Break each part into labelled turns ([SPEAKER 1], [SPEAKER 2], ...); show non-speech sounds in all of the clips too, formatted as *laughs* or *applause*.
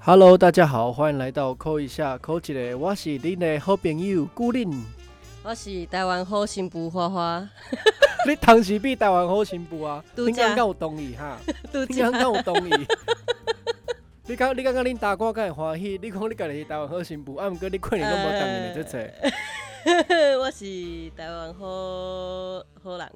[SPEAKER 1] Hello，大家好，欢迎来到扣一下扣一个，我是恁的好朋友顾令。
[SPEAKER 2] 我是台湾好新妇
[SPEAKER 1] *laughs*
[SPEAKER 2] 花花，
[SPEAKER 1] 你当时比台湾好新妇啊？
[SPEAKER 2] 度
[SPEAKER 1] 你
[SPEAKER 2] 假
[SPEAKER 1] 刚刚有同意哈？
[SPEAKER 2] 拄
[SPEAKER 1] 你
[SPEAKER 2] 则
[SPEAKER 1] 刚刚有同意？你讲你刚刚恁大哥敢会欢喜？你讲你家己是台湾好新妇，啊，毋过你过年拢无同意这切。
[SPEAKER 2] *laughs* 我是台湾好好
[SPEAKER 1] *laughs*
[SPEAKER 2] 人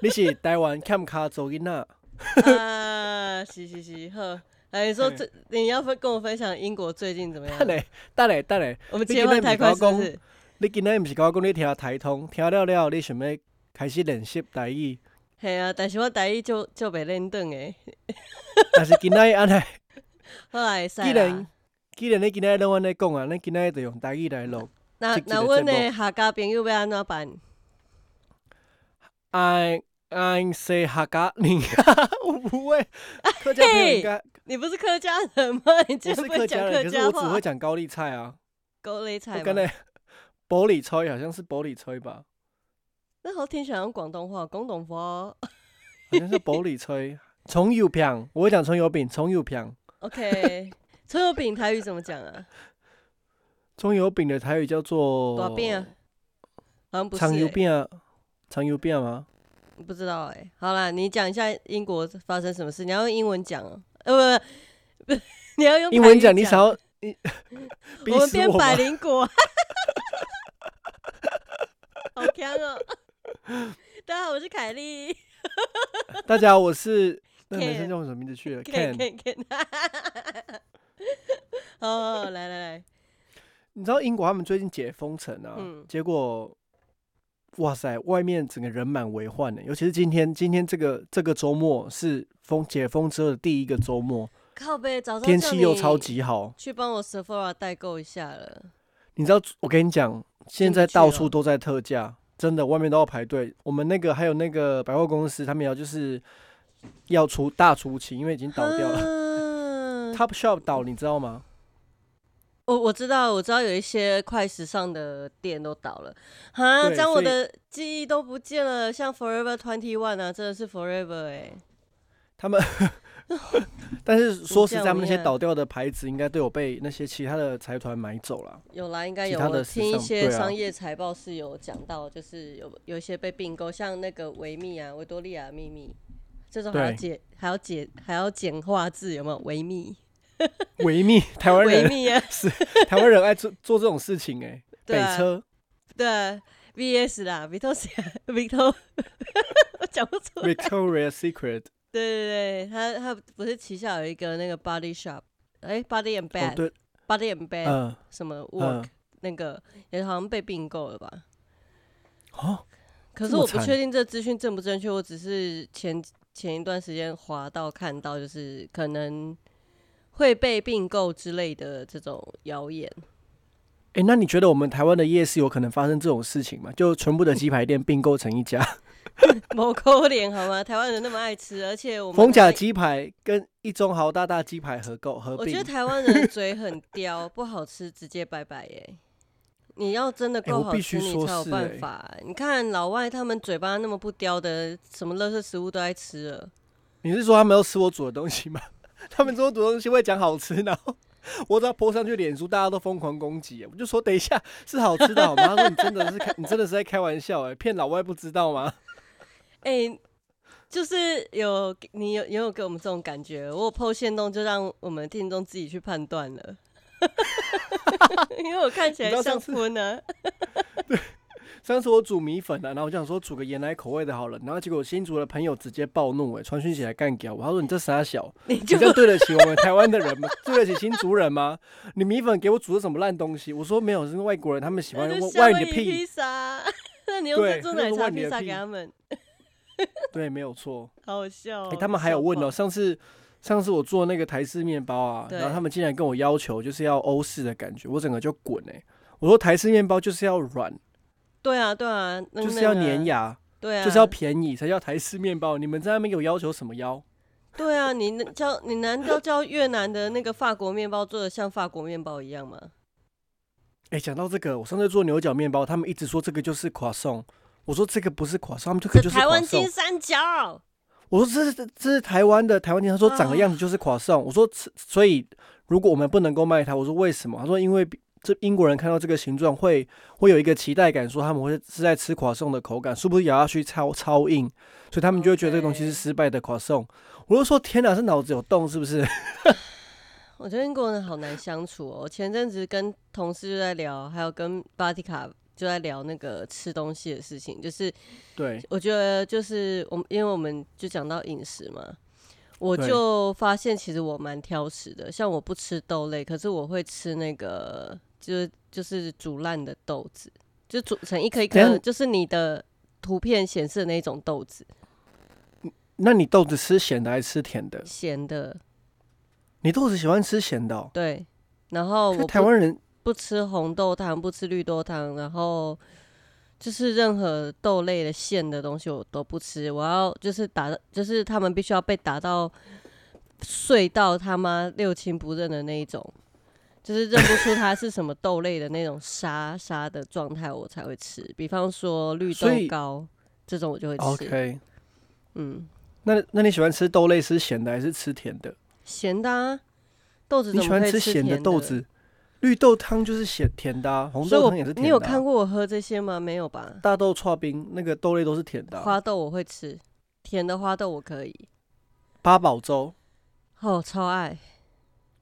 [SPEAKER 1] 你是台湾欠卡做囡仔，
[SPEAKER 2] 啊，是是是，好。哎，你说
[SPEAKER 1] 嘿
[SPEAKER 2] 这你要分跟我分享英国最近怎么样
[SPEAKER 1] *laughs* 等？下等下等下，
[SPEAKER 2] 我们
[SPEAKER 1] 你
[SPEAKER 2] 切换
[SPEAKER 1] 今天
[SPEAKER 2] 太
[SPEAKER 1] 不是跟
[SPEAKER 2] 快是
[SPEAKER 1] 我
[SPEAKER 2] 不是？
[SPEAKER 1] 你今仔毋是甲我讲你听台通，听了了，你想要开始练习台语，
[SPEAKER 2] 嘿啊，但是我台语就就袂认顿诶，
[SPEAKER 1] 但是今仔安尼。
[SPEAKER 2] 后来使
[SPEAKER 1] 既然
[SPEAKER 2] 啦。
[SPEAKER 1] 既然你今仔拢安尼讲啊，咱今仔就用台语来录。
[SPEAKER 2] 那
[SPEAKER 1] 这集的
[SPEAKER 2] 那阮
[SPEAKER 1] 节
[SPEAKER 2] 的客家朋友要安怎办？
[SPEAKER 1] 安安西客家
[SPEAKER 2] *laughs*
[SPEAKER 1] *laughs* 人，有诶，客家朋友应该
[SPEAKER 2] 你不是客家
[SPEAKER 1] *laughs*
[SPEAKER 2] 人吗？你竟
[SPEAKER 1] 我是
[SPEAKER 2] 然不会
[SPEAKER 1] 客
[SPEAKER 2] 讲
[SPEAKER 1] 家人，
[SPEAKER 2] 客
[SPEAKER 1] 可是我
[SPEAKER 2] 家
[SPEAKER 1] 只会
[SPEAKER 2] 话？
[SPEAKER 1] 讲高丽菜啊。
[SPEAKER 2] 高丽菜
[SPEAKER 1] 我
[SPEAKER 2] 吗
[SPEAKER 1] 刚？才 *laughs* 玻璃吹好像是玻璃吹
[SPEAKER 2] *laughs*
[SPEAKER 1] 吧，
[SPEAKER 2] 那好听起来像广东话，广东话。
[SPEAKER 1] 好
[SPEAKER 2] *laughs*
[SPEAKER 1] 像是玻璃吹。葱油饼，我会讲葱油饼，葱油饼， *laughs*
[SPEAKER 2] OK，葱 *laughs* 油饼台语怎么讲啊？
[SPEAKER 1] 葱油饼的台语叫做
[SPEAKER 2] 大饼啊，好像不是、
[SPEAKER 1] 哦长油
[SPEAKER 2] 欸，
[SPEAKER 1] 饼啊，长油饼啊吗？
[SPEAKER 2] 不知道哎、好啦，你讲一下英国发生什么事，你要用英文讲哦、呃，不不 *laughs* 不，你要用
[SPEAKER 1] 英
[SPEAKER 2] 台
[SPEAKER 1] 文
[SPEAKER 2] 语
[SPEAKER 1] 讲
[SPEAKER 2] 讲，
[SPEAKER 1] 你想要你， *laughs* 逼
[SPEAKER 2] 我们
[SPEAKER 1] 死
[SPEAKER 2] 变
[SPEAKER 1] 我吧
[SPEAKER 2] 百灵果， *laughs* 好强哦、 *laughs* 大家好，我是凯莉
[SPEAKER 1] 大家好，我是那男
[SPEAKER 2] Ken
[SPEAKER 1] 生叫我什么名字去了
[SPEAKER 2] ，Ken
[SPEAKER 1] *laughs* ？Ken。
[SPEAKER 2] Ken *laughs* Ken，哦，来来来，
[SPEAKER 1] 你知道英国他们最近解封城啊，
[SPEAKER 2] 嗯
[SPEAKER 1] 结果，哇塞，外面整个人满为患欸呢、尤其是今天，今天这个这个周末是封解封之后的第一个周末，
[SPEAKER 2] 靠背，早上
[SPEAKER 1] 天
[SPEAKER 2] 叫
[SPEAKER 1] 气又
[SPEAKER 2] 你
[SPEAKER 1] 超级好。
[SPEAKER 2] 去帮我 Sephora 代购一下了。
[SPEAKER 1] 你知道，我跟你讲，现在
[SPEAKER 2] 去
[SPEAKER 1] 到
[SPEAKER 2] 了
[SPEAKER 1] 处都在特价，真的，外面都要排队。我们那个还有那个百货公司，他们要就是要出大出清，因为已经倒
[SPEAKER 2] 啊
[SPEAKER 1] 掉了。
[SPEAKER 2] 了
[SPEAKER 1] Top Shop 倒，你知道吗？
[SPEAKER 2] 我我知道，我知道有一些快时尚的店都倒了，哈，
[SPEAKER 1] 对
[SPEAKER 2] 这样
[SPEAKER 1] 所
[SPEAKER 2] 我
[SPEAKER 1] 以
[SPEAKER 2] 的记忆都不见了。像 Forever Twenty One 啊，真的是 Forever 哎、
[SPEAKER 1] 他
[SPEAKER 2] *laughs*
[SPEAKER 1] 们，但是说实
[SPEAKER 2] 这
[SPEAKER 1] 在，
[SPEAKER 2] 样
[SPEAKER 1] 他们那些
[SPEAKER 2] 我也
[SPEAKER 1] 倒掉的牌子应该都有被那些其他的财团买走了。
[SPEAKER 2] 有啦，应该
[SPEAKER 1] 其
[SPEAKER 2] 有。
[SPEAKER 1] 他的
[SPEAKER 2] 我
[SPEAKER 1] 时
[SPEAKER 2] 听一
[SPEAKER 1] 尚
[SPEAKER 2] 些
[SPEAKER 1] 对啊
[SPEAKER 2] 商业财报是有讲到，就是有有一些被并购，像那个维密啊、维多利亚秘密，这种还要
[SPEAKER 1] 对
[SPEAKER 2] 解还要解还要简化字，有没有？维密，
[SPEAKER 1] 维
[SPEAKER 2] *laughs*
[SPEAKER 1] 密， *laughs* 台湾
[SPEAKER 2] 维
[SPEAKER 1] 人，
[SPEAKER 2] 密啊，
[SPEAKER 1] *laughs* 台湾人爱做做这种事情哎、
[SPEAKER 2] 对
[SPEAKER 1] 北
[SPEAKER 2] 啊
[SPEAKER 1] 车，
[SPEAKER 2] 对，VS 啦，Victoria，Victor，我讲不出来。
[SPEAKER 1] Victoria Secret，
[SPEAKER 2] 对对对，他他不是旗下有一个那个 Body Shop，哎，Body and
[SPEAKER 1] 哦
[SPEAKER 2] Bad，Body、
[SPEAKER 1] 对，
[SPEAKER 2] and Bad、
[SPEAKER 1] 嗯
[SPEAKER 2] 什么 Work、
[SPEAKER 1] 嗯，
[SPEAKER 2] 那个也好像被并购了吧？
[SPEAKER 1] 哦，
[SPEAKER 2] 可
[SPEAKER 1] 这
[SPEAKER 2] 是
[SPEAKER 1] 么
[SPEAKER 2] 我不
[SPEAKER 1] 惨
[SPEAKER 2] 确定这资讯正不正确，我只是前前一段时间滑到看到，就是可能会被并购之类的这种谣言。 *laughs*
[SPEAKER 1] 哎、那你觉得我们台湾的夜市有可能发生这种事情吗？就全部的鸡排店并购成一家，
[SPEAKER 2] 某抠脸好吗？台湾人那么爱吃，而且嗯我们
[SPEAKER 1] 逢甲
[SPEAKER 2] 台湾
[SPEAKER 1] 鸡排跟一中豪大大鸡排合购合
[SPEAKER 2] 我觉
[SPEAKER 1] 并 *laughs*
[SPEAKER 2] 得。台湾人嘴很刁， *laughs* 不好吃直接拜拜耶、你要真的
[SPEAKER 1] 哎
[SPEAKER 2] 够
[SPEAKER 1] 我
[SPEAKER 2] 好
[SPEAKER 1] 必
[SPEAKER 2] 吃，
[SPEAKER 1] 须
[SPEAKER 2] 你
[SPEAKER 1] 说
[SPEAKER 2] 才有
[SPEAKER 1] 是哎
[SPEAKER 2] 办法、你看老外他们嘴巴那么不刁的，什么垃圾食物都爱吃了。
[SPEAKER 1] 你是说他们要吃我煮的东西吗？ *laughs* 他们说我煮的东西会讲好吃，然后我只要泼上去脸书，大家都疯狂攻击。我就说等一下是好吃的好吗？他说你真的是开，你 *laughs* 真的是在开玩笑哎、骗老外不知道吗？
[SPEAKER 2] 哎、就是有你有也有给我们这种感觉，我有 PO 线动就让我们听众自己去判断了。 *laughs* 因为我看起
[SPEAKER 1] 你知道
[SPEAKER 2] 来像
[SPEAKER 1] 上次
[SPEAKER 2] 荤啊呢、
[SPEAKER 1] 上次我煮米粉啊，然后我就想说煮个盐奶口味的好了，然后结果新竹的朋友直接暴怒、欸，哎，传讯起来干掉我，他说你这傻小，*laughs*
[SPEAKER 2] 你
[SPEAKER 1] 你
[SPEAKER 2] 就
[SPEAKER 1] 这样对得起我们台湾的人吗？对得起新竹人吗？你米粉给我煮的什么烂东西？我说没有，是外国人，他们喜欢
[SPEAKER 2] 那就
[SPEAKER 1] 问
[SPEAKER 2] 夏
[SPEAKER 1] 外
[SPEAKER 2] 威
[SPEAKER 1] 你
[SPEAKER 2] 夷
[SPEAKER 1] 的屁，
[SPEAKER 2] 披萨， *laughs* 那你用
[SPEAKER 1] 对
[SPEAKER 2] 珍珠
[SPEAKER 1] 那 *laughs*
[SPEAKER 2] 奶
[SPEAKER 1] 就
[SPEAKER 2] 茶
[SPEAKER 1] 问你
[SPEAKER 2] 披
[SPEAKER 1] 的
[SPEAKER 2] 萨
[SPEAKER 1] 屁
[SPEAKER 2] 给他们，
[SPEAKER 1] 对，没有错。
[SPEAKER 2] 好好笑哦、
[SPEAKER 1] 欸他们还有
[SPEAKER 2] 笑
[SPEAKER 1] 问
[SPEAKER 2] 爆
[SPEAKER 1] 哦，上次上次我做那个台式面包啊，
[SPEAKER 2] 对
[SPEAKER 1] 然后他们竟然跟我要求就是要欧式的感觉，我整个就滚哎、我说台式面包就是要软，
[SPEAKER 2] 对啊，对啊，嗯那
[SPEAKER 1] 就是
[SPEAKER 2] 那
[SPEAKER 1] 要
[SPEAKER 2] 个
[SPEAKER 1] 粘，牙，
[SPEAKER 2] 对啊，
[SPEAKER 1] 就是要便宜才叫台式面包。你们在那边有要求什么要？
[SPEAKER 2] 对啊，你那叫你难道叫越南的那个法国面包做的像法国面包一样吗？
[SPEAKER 1] 哎、讲到这个，我上次做牛角面包，他们一直说这个就是垮送，我说这个不是垮送，他们这个
[SPEAKER 2] 这
[SPEAKER 1] 就是
[SPEAKER 2] 台
[SPEAKER 1] 垮
[SPEAKER 2] 湾
[SPEAKER 1] 送
[SPEAKER 2] 金。三角，
[SPEAKER 1] 我说这是这这是台湾的台湾店，他说长的
[SPEAKER 2] 啊
[SPEAKER 1] 样子就是垮送。我说此所以如果我们不能够卖它，我说为什么？他说因为比这英国人看到这个形状会会有一个期待感，说他们会是在吃垮送的口感，是不是咬下去超超硬？所以他们就会觉得这个东西是
[SPEAKER 2] 哦 OK
[SPEAKER 1] 失败的垮送。我就说天哪，是脑子有洞是不是？ *laughs*
[SPEAKER 2] 我觉得英国人好难相处哦。我前阵子跟同事就在聊，还有跟巴蒂卡就在聊那个吃东西的事情，就是
[SPEAKER 1] 对，
[SPEAKER 2] 我觉得就是我们，因为我们就讲到饮食嘛，我
[SPEAKER 1] 对
[SPEAKER 2] 就发现其实我蛮挑食的，像我不吃豆类，可是我会吃那个就是就是煮烂的豆子，就煮成一颗一颗
[SPEAKER 1] 等
[SPEAKER 2] 的，
[SPEAKER 1] 下
[SPEAKER 2] 就是你的图片显示的那种豆子，
[SPEAKER 1] 那你豆子吃咸的还是吃甜的？
[SPEAKER 2] 咸的，
[SPEAKER 1] 你豆子喜欢吃咸的、哦？
[SPEAKER 2] 对。然后
[SPEAKER 1] 可是
[SPEAKER 2] 哦我
[SPEAKER 1] 台
[SPEAKER 2] 不
[SPEAKER 1] 湾人
[SPEAKER 2] 不吃红豆汤，不吃绿豆汤，然后就是任何豆类的馅的东西我都不吃。我要就是打，就是他们必须要被打到碎到他妈六亲不认的那一种，就是认不出它是什么豆类的那种沙沙的状态，我才会吃。比方说绿豆
[SPEAKER 1] 所以
[SPEAKER 2] 糕这种我就会吃。
[SPEAKER 1] OK，
[SPEAKER 2] 嗯，
[SPEAKER 1] 那那你喜欢吃豆类是咸的还是吃甜的？
[SPEAKER 2] 咸的、啊、豆子
[SPEAKER 1] 你
[SPEAKER 2] 怎
[SPEAKER 1] 喜
[SPEAKER 2] 么
[SPEAKER 1] 欢
[SPEAKER 2] 可以
[SPEAKER 1] 吃
[SPEAKER 2] 吃
[SPEAKER 1] 咸的
[SPEAKER 2] 甜
[SPEAKER 1] 豆子，绿豆汤就是咸甜的、啊，红
[SPEAKER 2] 所以
[SPEAKER 1] 豆
[SPEAKER 2] 我
[SPEAKER 1] 汤也是甜的、啊。
[SPEAKER 2] 你有看过我喝这些吗？没有吧？
[SPEAKER 1] 大豆刨冰那个豆类都是甜的啊、
[SPEAKER 2] 花豆我会吃，甜的花豆我可以。
[SPEAKER 1] 八宝粥
[SPEAKER 2] 哦，超爱，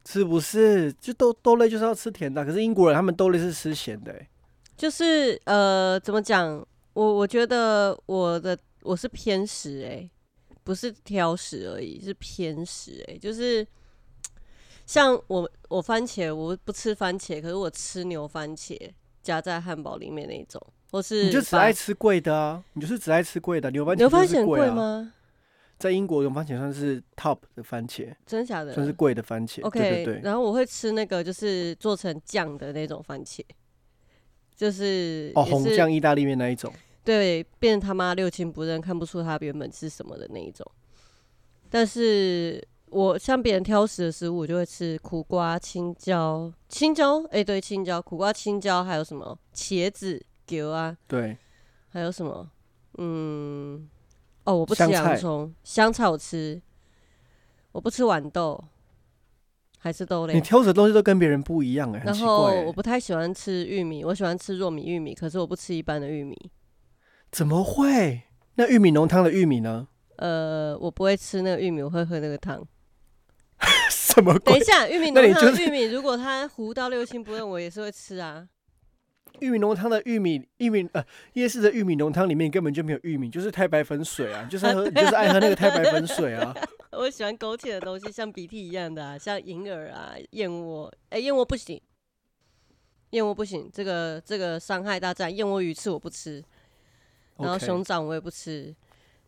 [SPEAKER 1] 是不是？就豆豆类就是要吃甜的啊、可是英国人他们豆类是吃咸的、欸，
[SPEAKER 2] 就是呃，怎么讲？我我觉得我的我是偏食哎、不是挑食而已，是偏食哎、就是像我我番茄，我不吃番茄，可是我吃牛番茄夹在汉堡里面那一种，或是
[SPEAKER 1] 你就只
[SPEAKER 2] 把
[SPEAKER 1] 爱吃贵的啊，你就是只爱吃贵的、牛番茄
[SPEAKER 2] 牛番
[SPEAKER 1] 就是
[SPEAKER 2] 茄很
[SPEAKER 1] 贵
[SPEAKER 2] 贵
[SPEAKER 1] 啊，
[SPEAKER 2] 吗？
[SPEAKER 1] 在英国牛番茄算是 top 的番茄，
[SPEAKER 2] 真假的
[SPEAKER 1] 算是贵的啊番茄。
[SPEAKER 2] ？OK，
[SPEAKER 1] 对对对，
[SPEAKER 2] 然后我会吃那个就是做成酱的那种番茄，就是
[SPEAKER 1] 哦，
[SPEAKER 2] 也
[SPEAKER 1] 红
[SPEAKER 2] 是
[SPEAKER 1] 酱意大利面那一种。
[SPEAKER 2] 对，变他妈六亲不认，看不出他原本是什么的那一种。但是我像别人挑食的食物，我就会吃苦瓜、青椒、青椒，哎、对，青椒、苦瓜、青椒，还有什么茄子、韭啊，
[SPEAKER 1] 对，
[SPEAKER 2] 还有什么，嗯，哦，我不吃
[SPEAKER 1] 香菜
[SPEAKER 2] 洋葱，香菜我吃，我不吃豌豆，还是豆
[SPEAKER 1] 你
[SPEAKER 2] 类。啊
[SPEAKER 1] 挑的东西都跟别人不一样哎、很
[SPEAKER 2] 然
[SPEAKER 1] 奇
[SPEAKER 2] 后
[SPEAKER 1] 怪、
[SPEAKER 2] 我
[SPEAKER 1] 欸，
[SPEAKER 2] 不太喜欢吃玉米，我喜欢吃糯米玉米，可是我不吃一般的玉米。
[SPEAKER 1] 怎么会？那玉米浓汤的玉米呢？ *laughs*
[SPEAKER 2] 呃，我不会吃那个玉米，我会喝那个汤。
[SPEAKER 1] 什么
[SPEAKER 2] 等
[SPEAKER 1] 鬼
[SPEAKER 2] 一？下，玉米
[SPEAKER 1] *laughs* 那
[SPEAKER 2] 浓
[SPEAKER 1] 你
[SPEAKER 2] 汤
[SPEAKER 1] 就
[SPEAKER 2] 的玉米，如果它糊到六亲不认，我也是会吃啊。 *laughs*
[SPEAKER 1] 玉米浓汤的玉米，玉米呃，夜市的玉米浓汤里面根本就没有玉米，就是太白粉水
[SPEAKER 2] *laughs*
[SPEAKER 1] 啊，你就是爱喝，你就是爱喝那个太白粉水啊。
[SPEAKER 2] 我喜欢勾芡的东西，像鼻涕一样的啊，像银耳啊、燕窝。哎、燕窝不行，燕窝不行，这个这个伤害大战。燕窝鱼翅我不吃，然后
[SPEAKER 1] OK
[SPEAKER 2] 熊掌我也不吃，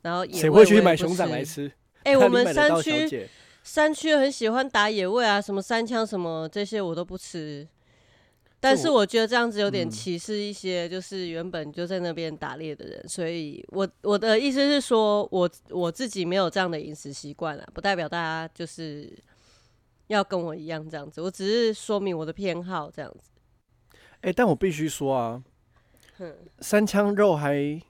[SPEAKER 2] 然后野
[SPEAKER 1] 谁
[SPEAKER 2] 味
[SPEAKER 1] 会
[SPEAKER 2] 我也
[SPEAKER 1] 去
[SPEAKER 2] 不
[SPEAKER 1] 买熊掌来
[SPEAKER 2] 吃？
[SPEAKER 1] 吃？ *laughs*
[SPEAKER 2] 哎、
[SPEAKER 1] 哪
[SPEAKER 2] 我
[SPEAKER 1] 里
[SPEAKER 2] 们
[SPEAKER 1] 买得
[SPEAKER 2] 山
[SPEAKER 1] 到小
[SPEAKER 2] 区
[SPEAKER 1] 姐
[SPEAKER 2] 山区很喜欢打野味啊，什么三枪什么这些我都不吃。但是
[SPEAKER 1] 我
[SPEAKER 2] 我觉得这样子有点
[SPEAKER 1] 嗯
[SPEAKER 2] 歧视一些就是原本就在那边打猎的人，所以我我的意思是说，我我自己没有这样的饮食习惯啊，不代表大家就是要跟我一样这样子，我只是说明我的偏好这样子。
[SPEAKER 1] 哎、但我必须说啊，
[SPEAKER 2] 哼，
[SPEAKER 1] 三枪肉还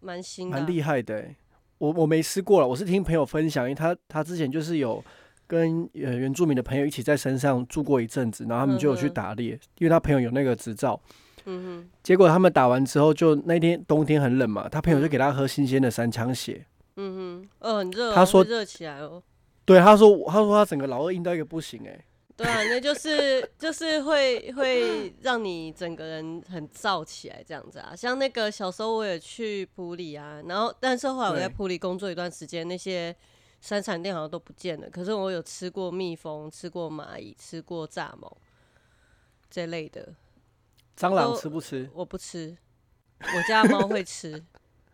[SPEAKER 2] 蛮新的啊、
[SPEAKER 1] 蛮厉害的、欸，我我没吃过了，我是听朋友分享，因为他他之前就是有跟呃原住民的朋友一起在山上住过一阵子，然后他们就有去
[SPEAKER 2] 嗯哼
[SPEAKER 1] 打猎，因为他朋友有那个执照，
[SPEAKER 2] 嗯
[SPEAKER 1] 结果他们打完之后就那天冬天很冷嘛，他朋友就给他喝新鲜的三枪血，
[SPEAKER 2] 哼，嗯哼，哦，很热哦、
[SPEAKER 1] 他说
[SPEAKER 2] 会热起来哦。
[SPEAKER 1] 对他说他说他整个老二硬到一个不行哎、
[SPEAKER 2] *laughs* 对啊，那就是就是会会让你整个人很燥起来这样子啊。像那个小时候我也去普里啊，然后但是后来我在
[SPEAKER 1] 对
[SPEAKER 2] 普里工作一段时间，那些山产店好像都不见了。可是我有吃过蜜蜂，吃过蚂蚁，吃过蚱蜢这类的，
[SPEAKER 1] 蟑螂
[SPEAKER 2] 都
[SPEAKER 1] 吃不吃？
[SPEAKER 2] 我不吃。我家的猫会吃，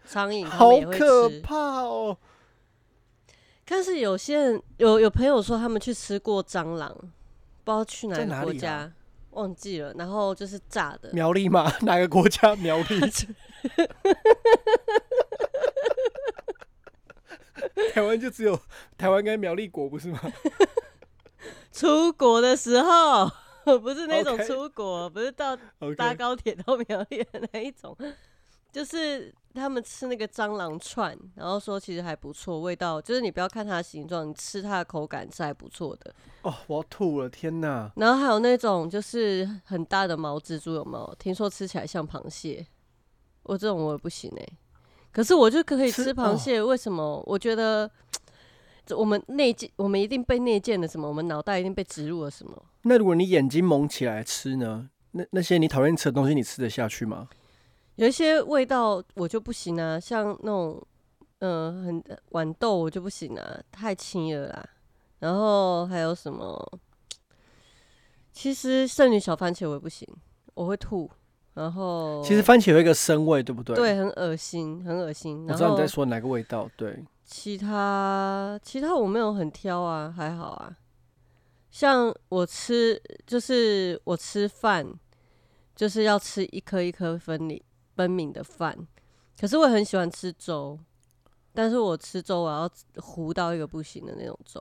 [SPEAKER 2] 苍蝇它们
[SPEAKER 1] 好
[SPEAKER 2] 也会
[SPEAKER 1] 可
[SPEAKER 2] 吃。
[SPEAKER 1] 怕哦！
[SPEAKER 2] 但是有些人有有朋友说他们去吃过蟑螂，不知道去哪
[SPEAKER 1] 在
[SPEAKER 2] 个
[SPEAKER 1] 哪
[SPEAKER 2] 国
[SPEAKER 1] 里啊
[SPEAKER 2] 家、忘记了，然后就是炸的，
[SPEAKER 1] 苗栗
[SPEAKER 2] 呃
[SPEAKER 1] 吗？哪个国家苗
[SPEAKER 2] *laughs*
[SPEAKER 1] 栗？ *laughs* 台湾就只有台湾跟苗栗国不是吗？
[SPEAKER 2] 出国的时候。 *laughs* 不是那种
[SPEAKER 1] OK
[SPEAKER 2] 出国不是到
[SPEAKER 1] *laughs* OK，
[SPEAKER 2] 搭高铁到苗栗的那一种，就是他们吃那个蟑螂串，然后说其实还不错，味道就是你不要看它的形状，你吃它的口感是还不错的。
[SPEAKER 1] 哦，我要吐了，天哪！
[SPEAKER 2] 然后还有那种就是很大的毛蜘蛛，有没有？听说吃起来像螃蟹，我这种我也不行哎、可是我就可以
[SPEAKER 1] 吃哦
[SPEAKER 2] 吃螃蟹，为什么？我觉得这我们内建，我们一定被内建了什么？我们脑袋一定被植入了什么？
[SPEAKER 1] 那如果你眼睛蒙起来吃呢？那那些你讨厌吃的东西，你吃得下去吗？
[SPEAKER 2] 有一些味道我就不行啊，像那种嗯、呃很豌豆我就不行啊，太轻了啦。然后还有什么？其实剩女小番茄我也不行，我会吐。然后
[SPEAKER 1] 其实番茄有一个生味，对不对？，
[SPEAKER 2] 对很恶心，很恶心。
[SPEAKER 1] 我
[SPEAKER 2] 然
[SPEAKER 1] 知道
[SPEAKER 2] 后
[SPEAKER 1] 你在说哪个味道。对，
[SPEAKER 2] 其他其他我没有很挑啊，还好啊。像我吃就是我吃饭，就是要吃一颗一颗分离分明的饭，可是我很喜欢吃粥，但是我吃粥我要糊到一个不行的那种粥，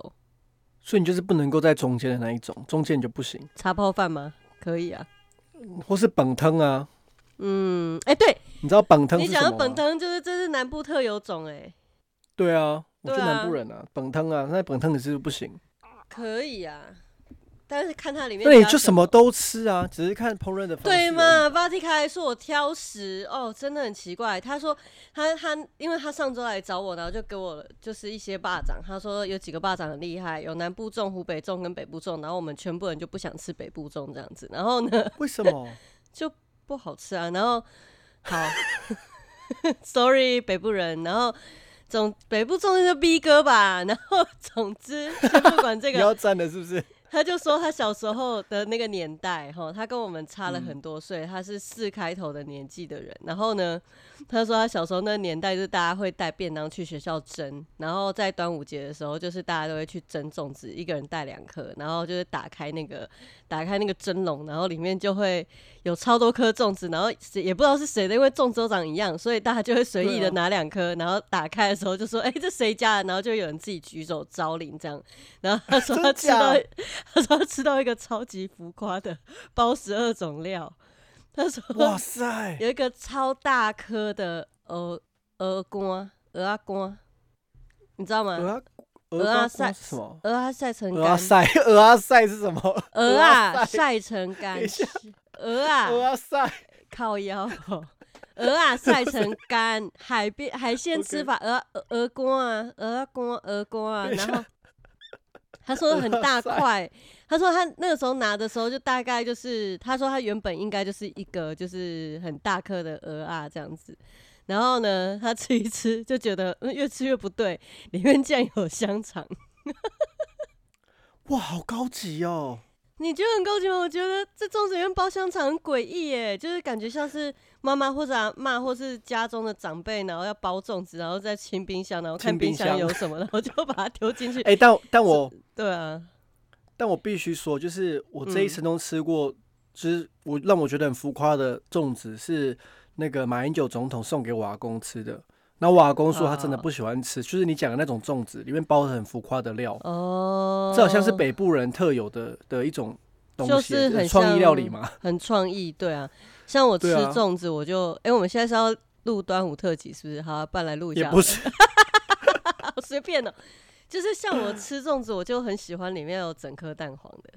[SPEAKER 1] 所以你就是不能够在中间的那一种，中间你就不行，
[SPEAKER 2] 茶泡饭吗？可以啊。
[SPEAKER 1] 或是本汤啊，
[SPEAKER 2] 嗯，哎、对
[SPEAKER 1] 你知道本汤
[SPEAKER 2] 你
[SPEAKER 1] 是什
[SPEAKER 2] 讲
[SPEAKER 1] 么啊
[SPEAKER 2] 到
[SPEAKER 1] 吗？
[SPEAKER 2] 本汤，就是这是南部特有种哎、
[SPEAKER 1] 对啊，我就
[SPEAKER 2] 对啊
[SPEAKER 1] 南部人啊，本汤啊，那本汤你是不行，
[SPEAKER 2] 可以啊，但是看它里面
[SPEAKER 1] 那你
[SPEAKER 2] 加
[SPEAKER 1] 就什
[SPEAKER 2] 么
[SPEAKER 1] 么都吃啊，只是看烹饪的方式。
[SPEAKER 2] 对？嘛？Vatica 还说我挑食哦，真的很奇怪。他说他他，因为他上周来找我，然后就给我就是一些霸掌。他说有几个霸掌很厉害，有南部粽、湖北粽跟北部粽，然后我们全部人就不想吃北部粽这样子。然后呢，
[SPEAKER 1] 为什么？
[SPEAKER 2] *laughs* 不好吃啊。然 *laughs* 后好，sorry 北部人。然后总北部粽就逼哥吧。然后总之先不管这
[SPEAKER 1] 你
[SPEAKER 2] *laughs* 个，
[SPEAKER 1] 要站的是不是？
[SPEAKER 2] 他就说他小时候的那个年代，哈，他跟我们差了
[SPEAKER 1] 嗯
[SPEAKER 2] 很多岁，他是四开头的年纪的人。然后呢，他说他小时候那个年代，就是大家会带便当去学校蒸，然后在端午节的时候，就是大家都会去蒸粽子，一个人带两颗，然后就是打开那个打开那个蒸笼，然后里面就会有超多颗粽子，然后谁也不知道是谁的，因为粽子都长一样，所以大家就会随意
[SPEAKER 1] 对啊
[SPEAKER 2] 的拿两颗，然后打开的时候就说：“哎、这谁家的？”然后就有人自己举手招领这样。然后他说
[SPEAKER 1] 真
[SPEAKER 2] 他吃
[SPEAKER 1] 假
[SPEAKER 2] 到， *laughs* 他说他吃到一个超级浮夸的包十二种料，他说
[SPEAKER 1] 哇塞！
[SPEAKER 2] *laughs* 有一个超大颗的鹅鹅肝、鹅啊肝，你知道
[SPEAKER 1] 鹅
[SPEAKER 2] 吗？
[SPEAKER 1] 啊
[SPEAKER 2] 鹅啊
[SPEAKER 1] 啊
[SPEAKER 2] 塞
[SPEAKER 1] 是什么？
[SPEAKER 2] 鹅啊晒成
[SPEAKER 1] 鹅啊
[SPEAKER 2] 干，
[SPEAKER 1] 塞，鹅啊塞是什么？
[SPEAKER 2] 鹅
[SPEAKER 1] *laughs* 塞，
[SPEAKER 2] 啊晒成干
[SPEAKER 1] 等一下，
[SPEAKER 2] 鹅啊
[SPEAKER 1] 鹅啊塞，
[SPEAKER 2] 靠腰，鹅啊晒成干，海边海鲜
[SPEAKER 1] OK
[SPEAKER 2] 吃法，鹅啊鹅鹅肝啊，鹅啊肝，鹅肝啊，
[SPEAKER 1] 等一下
[SPEAKER 2] 然后他说很大
[SPEAKER 1] 哇塞
[SPEAKER 2] 块，他说他那个时候拿的时候就大概就是，他说他原本应该就是一个就是很大颗的鹅啊这样子。然后呢，他吃一吃就觉得、嗯、越吃越不对，里面竟然有香肠，
[SPEAKER 1] 哇，好高级哦！
[SPEAKER 2] 你觉得很高级吗？我觉得这粽子里面包香肠很诡异耶，就是感觉像是妈妈或者阿妈或是家中的长辈，然后要包粽子，然后再清冰箱，然后看
[SPEAKER 1] 清冰
[SPEAKER 2] 冰箱
[SPEAKER 1] 箱
[SPEAKER 2] 有什么，然后就把它丢进去。
[SPEAKER 1] 哎、但但我
[SPEAKER 2] 对啊，
[SPEAKER 1] 但我必须说，就是我这一
[SPEAKER 2] 嗯
[SPEAKER 1] 生中吃过，就是我让我觉得很浮夸的粽子是那个马英九总统送给我阿公吃的。那我阿公说他真的
[SPEAKER 2] 哦
[SPEAKER 1] 不喜欢吃，就是你讲的那种粽子，里面包的很浮夸的料，
[SPEAKER 2] 哦，
[SPEAKER 1] 这好像是北部人特有的的一种东西，
[SPEAKER 2] 就是很
[SPEAKER 1] 创意
[SPEAKER 2] 像
[SPEAKER 1] 料理嘛。
[SPEAKER 2] 很创意，对啊。像我吃
[SPEAKER 1] 对啊
[SPEAKER 2] 粽子，我就哎、我们现在是要录端午特辑，是不是？好、啊，不然来录一
[SPEAKER 1] 也
[SPEAKER 2] 下。
[SPEAKER 1] 不
[SPEAKER 2] *laughs*
[SPEAKER 1] 是，
[SPEAKER 2] 好随便哦、就是像我吃粽子，我就很喜欢里面有整颗蛋黄的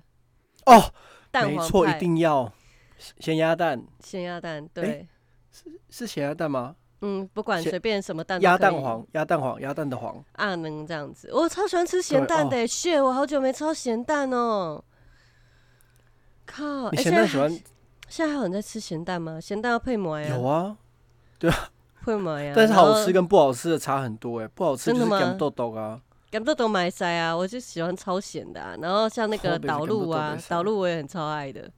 [SPEAKER 1] 哦，
[SPEAKER 2] 蛋
[SPEAKER 1] 没
[SPEAKER 2] 黄
[SPEAKER 1] 错，
[SPEAKER 2] 派
[SPEAKER 1] 一定哎要咸咸鸭蛋，
[SPEAKER 2] 咸鸭蛋，对。
[SPEAKER 1] 是咸鸭蛋吗？
[SPEAKER 2] 嗯，不管
[SPEAKER 1] 咸
[SPEAKER 2] 随便什么蛋，
[SPEAKER 1] 鸭蛋黄，鸭蛋黄，鸭蛋的黄。
[SPEAKER 2] 啊能这样子，我超喜欢吃咸蛋
[SPEAKER 1] 哦
[SPEAKER 2] 的、蟹、我好久没吃到咸蛋哦。靠！
[SPEAKER 1] 你
[SPEAKER 2] 哎
[SPEAKER 1] 咸
[SPEAKER 2] 现在
[SPEAKER 1] 蛋喜欢
[SPEAKER 2] 现在还有人在吃咸蛋吗？咸蛋要配馍呀，
[SPEAKER 1] 有啊，
[SPEAKER 2] 配馍呀。
[SPEAKER 1] 但是
[SPEAKER 2] 然后
[SPEAKER 1] 好吃跟不好吃的差很多哎，不好吃就
[SPEAKER 2] 真的
[SPEAKER 1] 是
[SPEAKER 2] 吗
[SPEAKER 1] 干豆豆啊。
[SPEAKER 2] 干豆豆买塞啊，我就喜欢超咸的啊。然后像那个
[SPEAKER 1] 哦对
[SPEAKER 2] 导入
[SPEAKER 1] 咸豆豆
[SPEAKER 2] 啊
[SPEAKER 1] 买，塞
[SPEAKER 2] 导入我也很超爱的，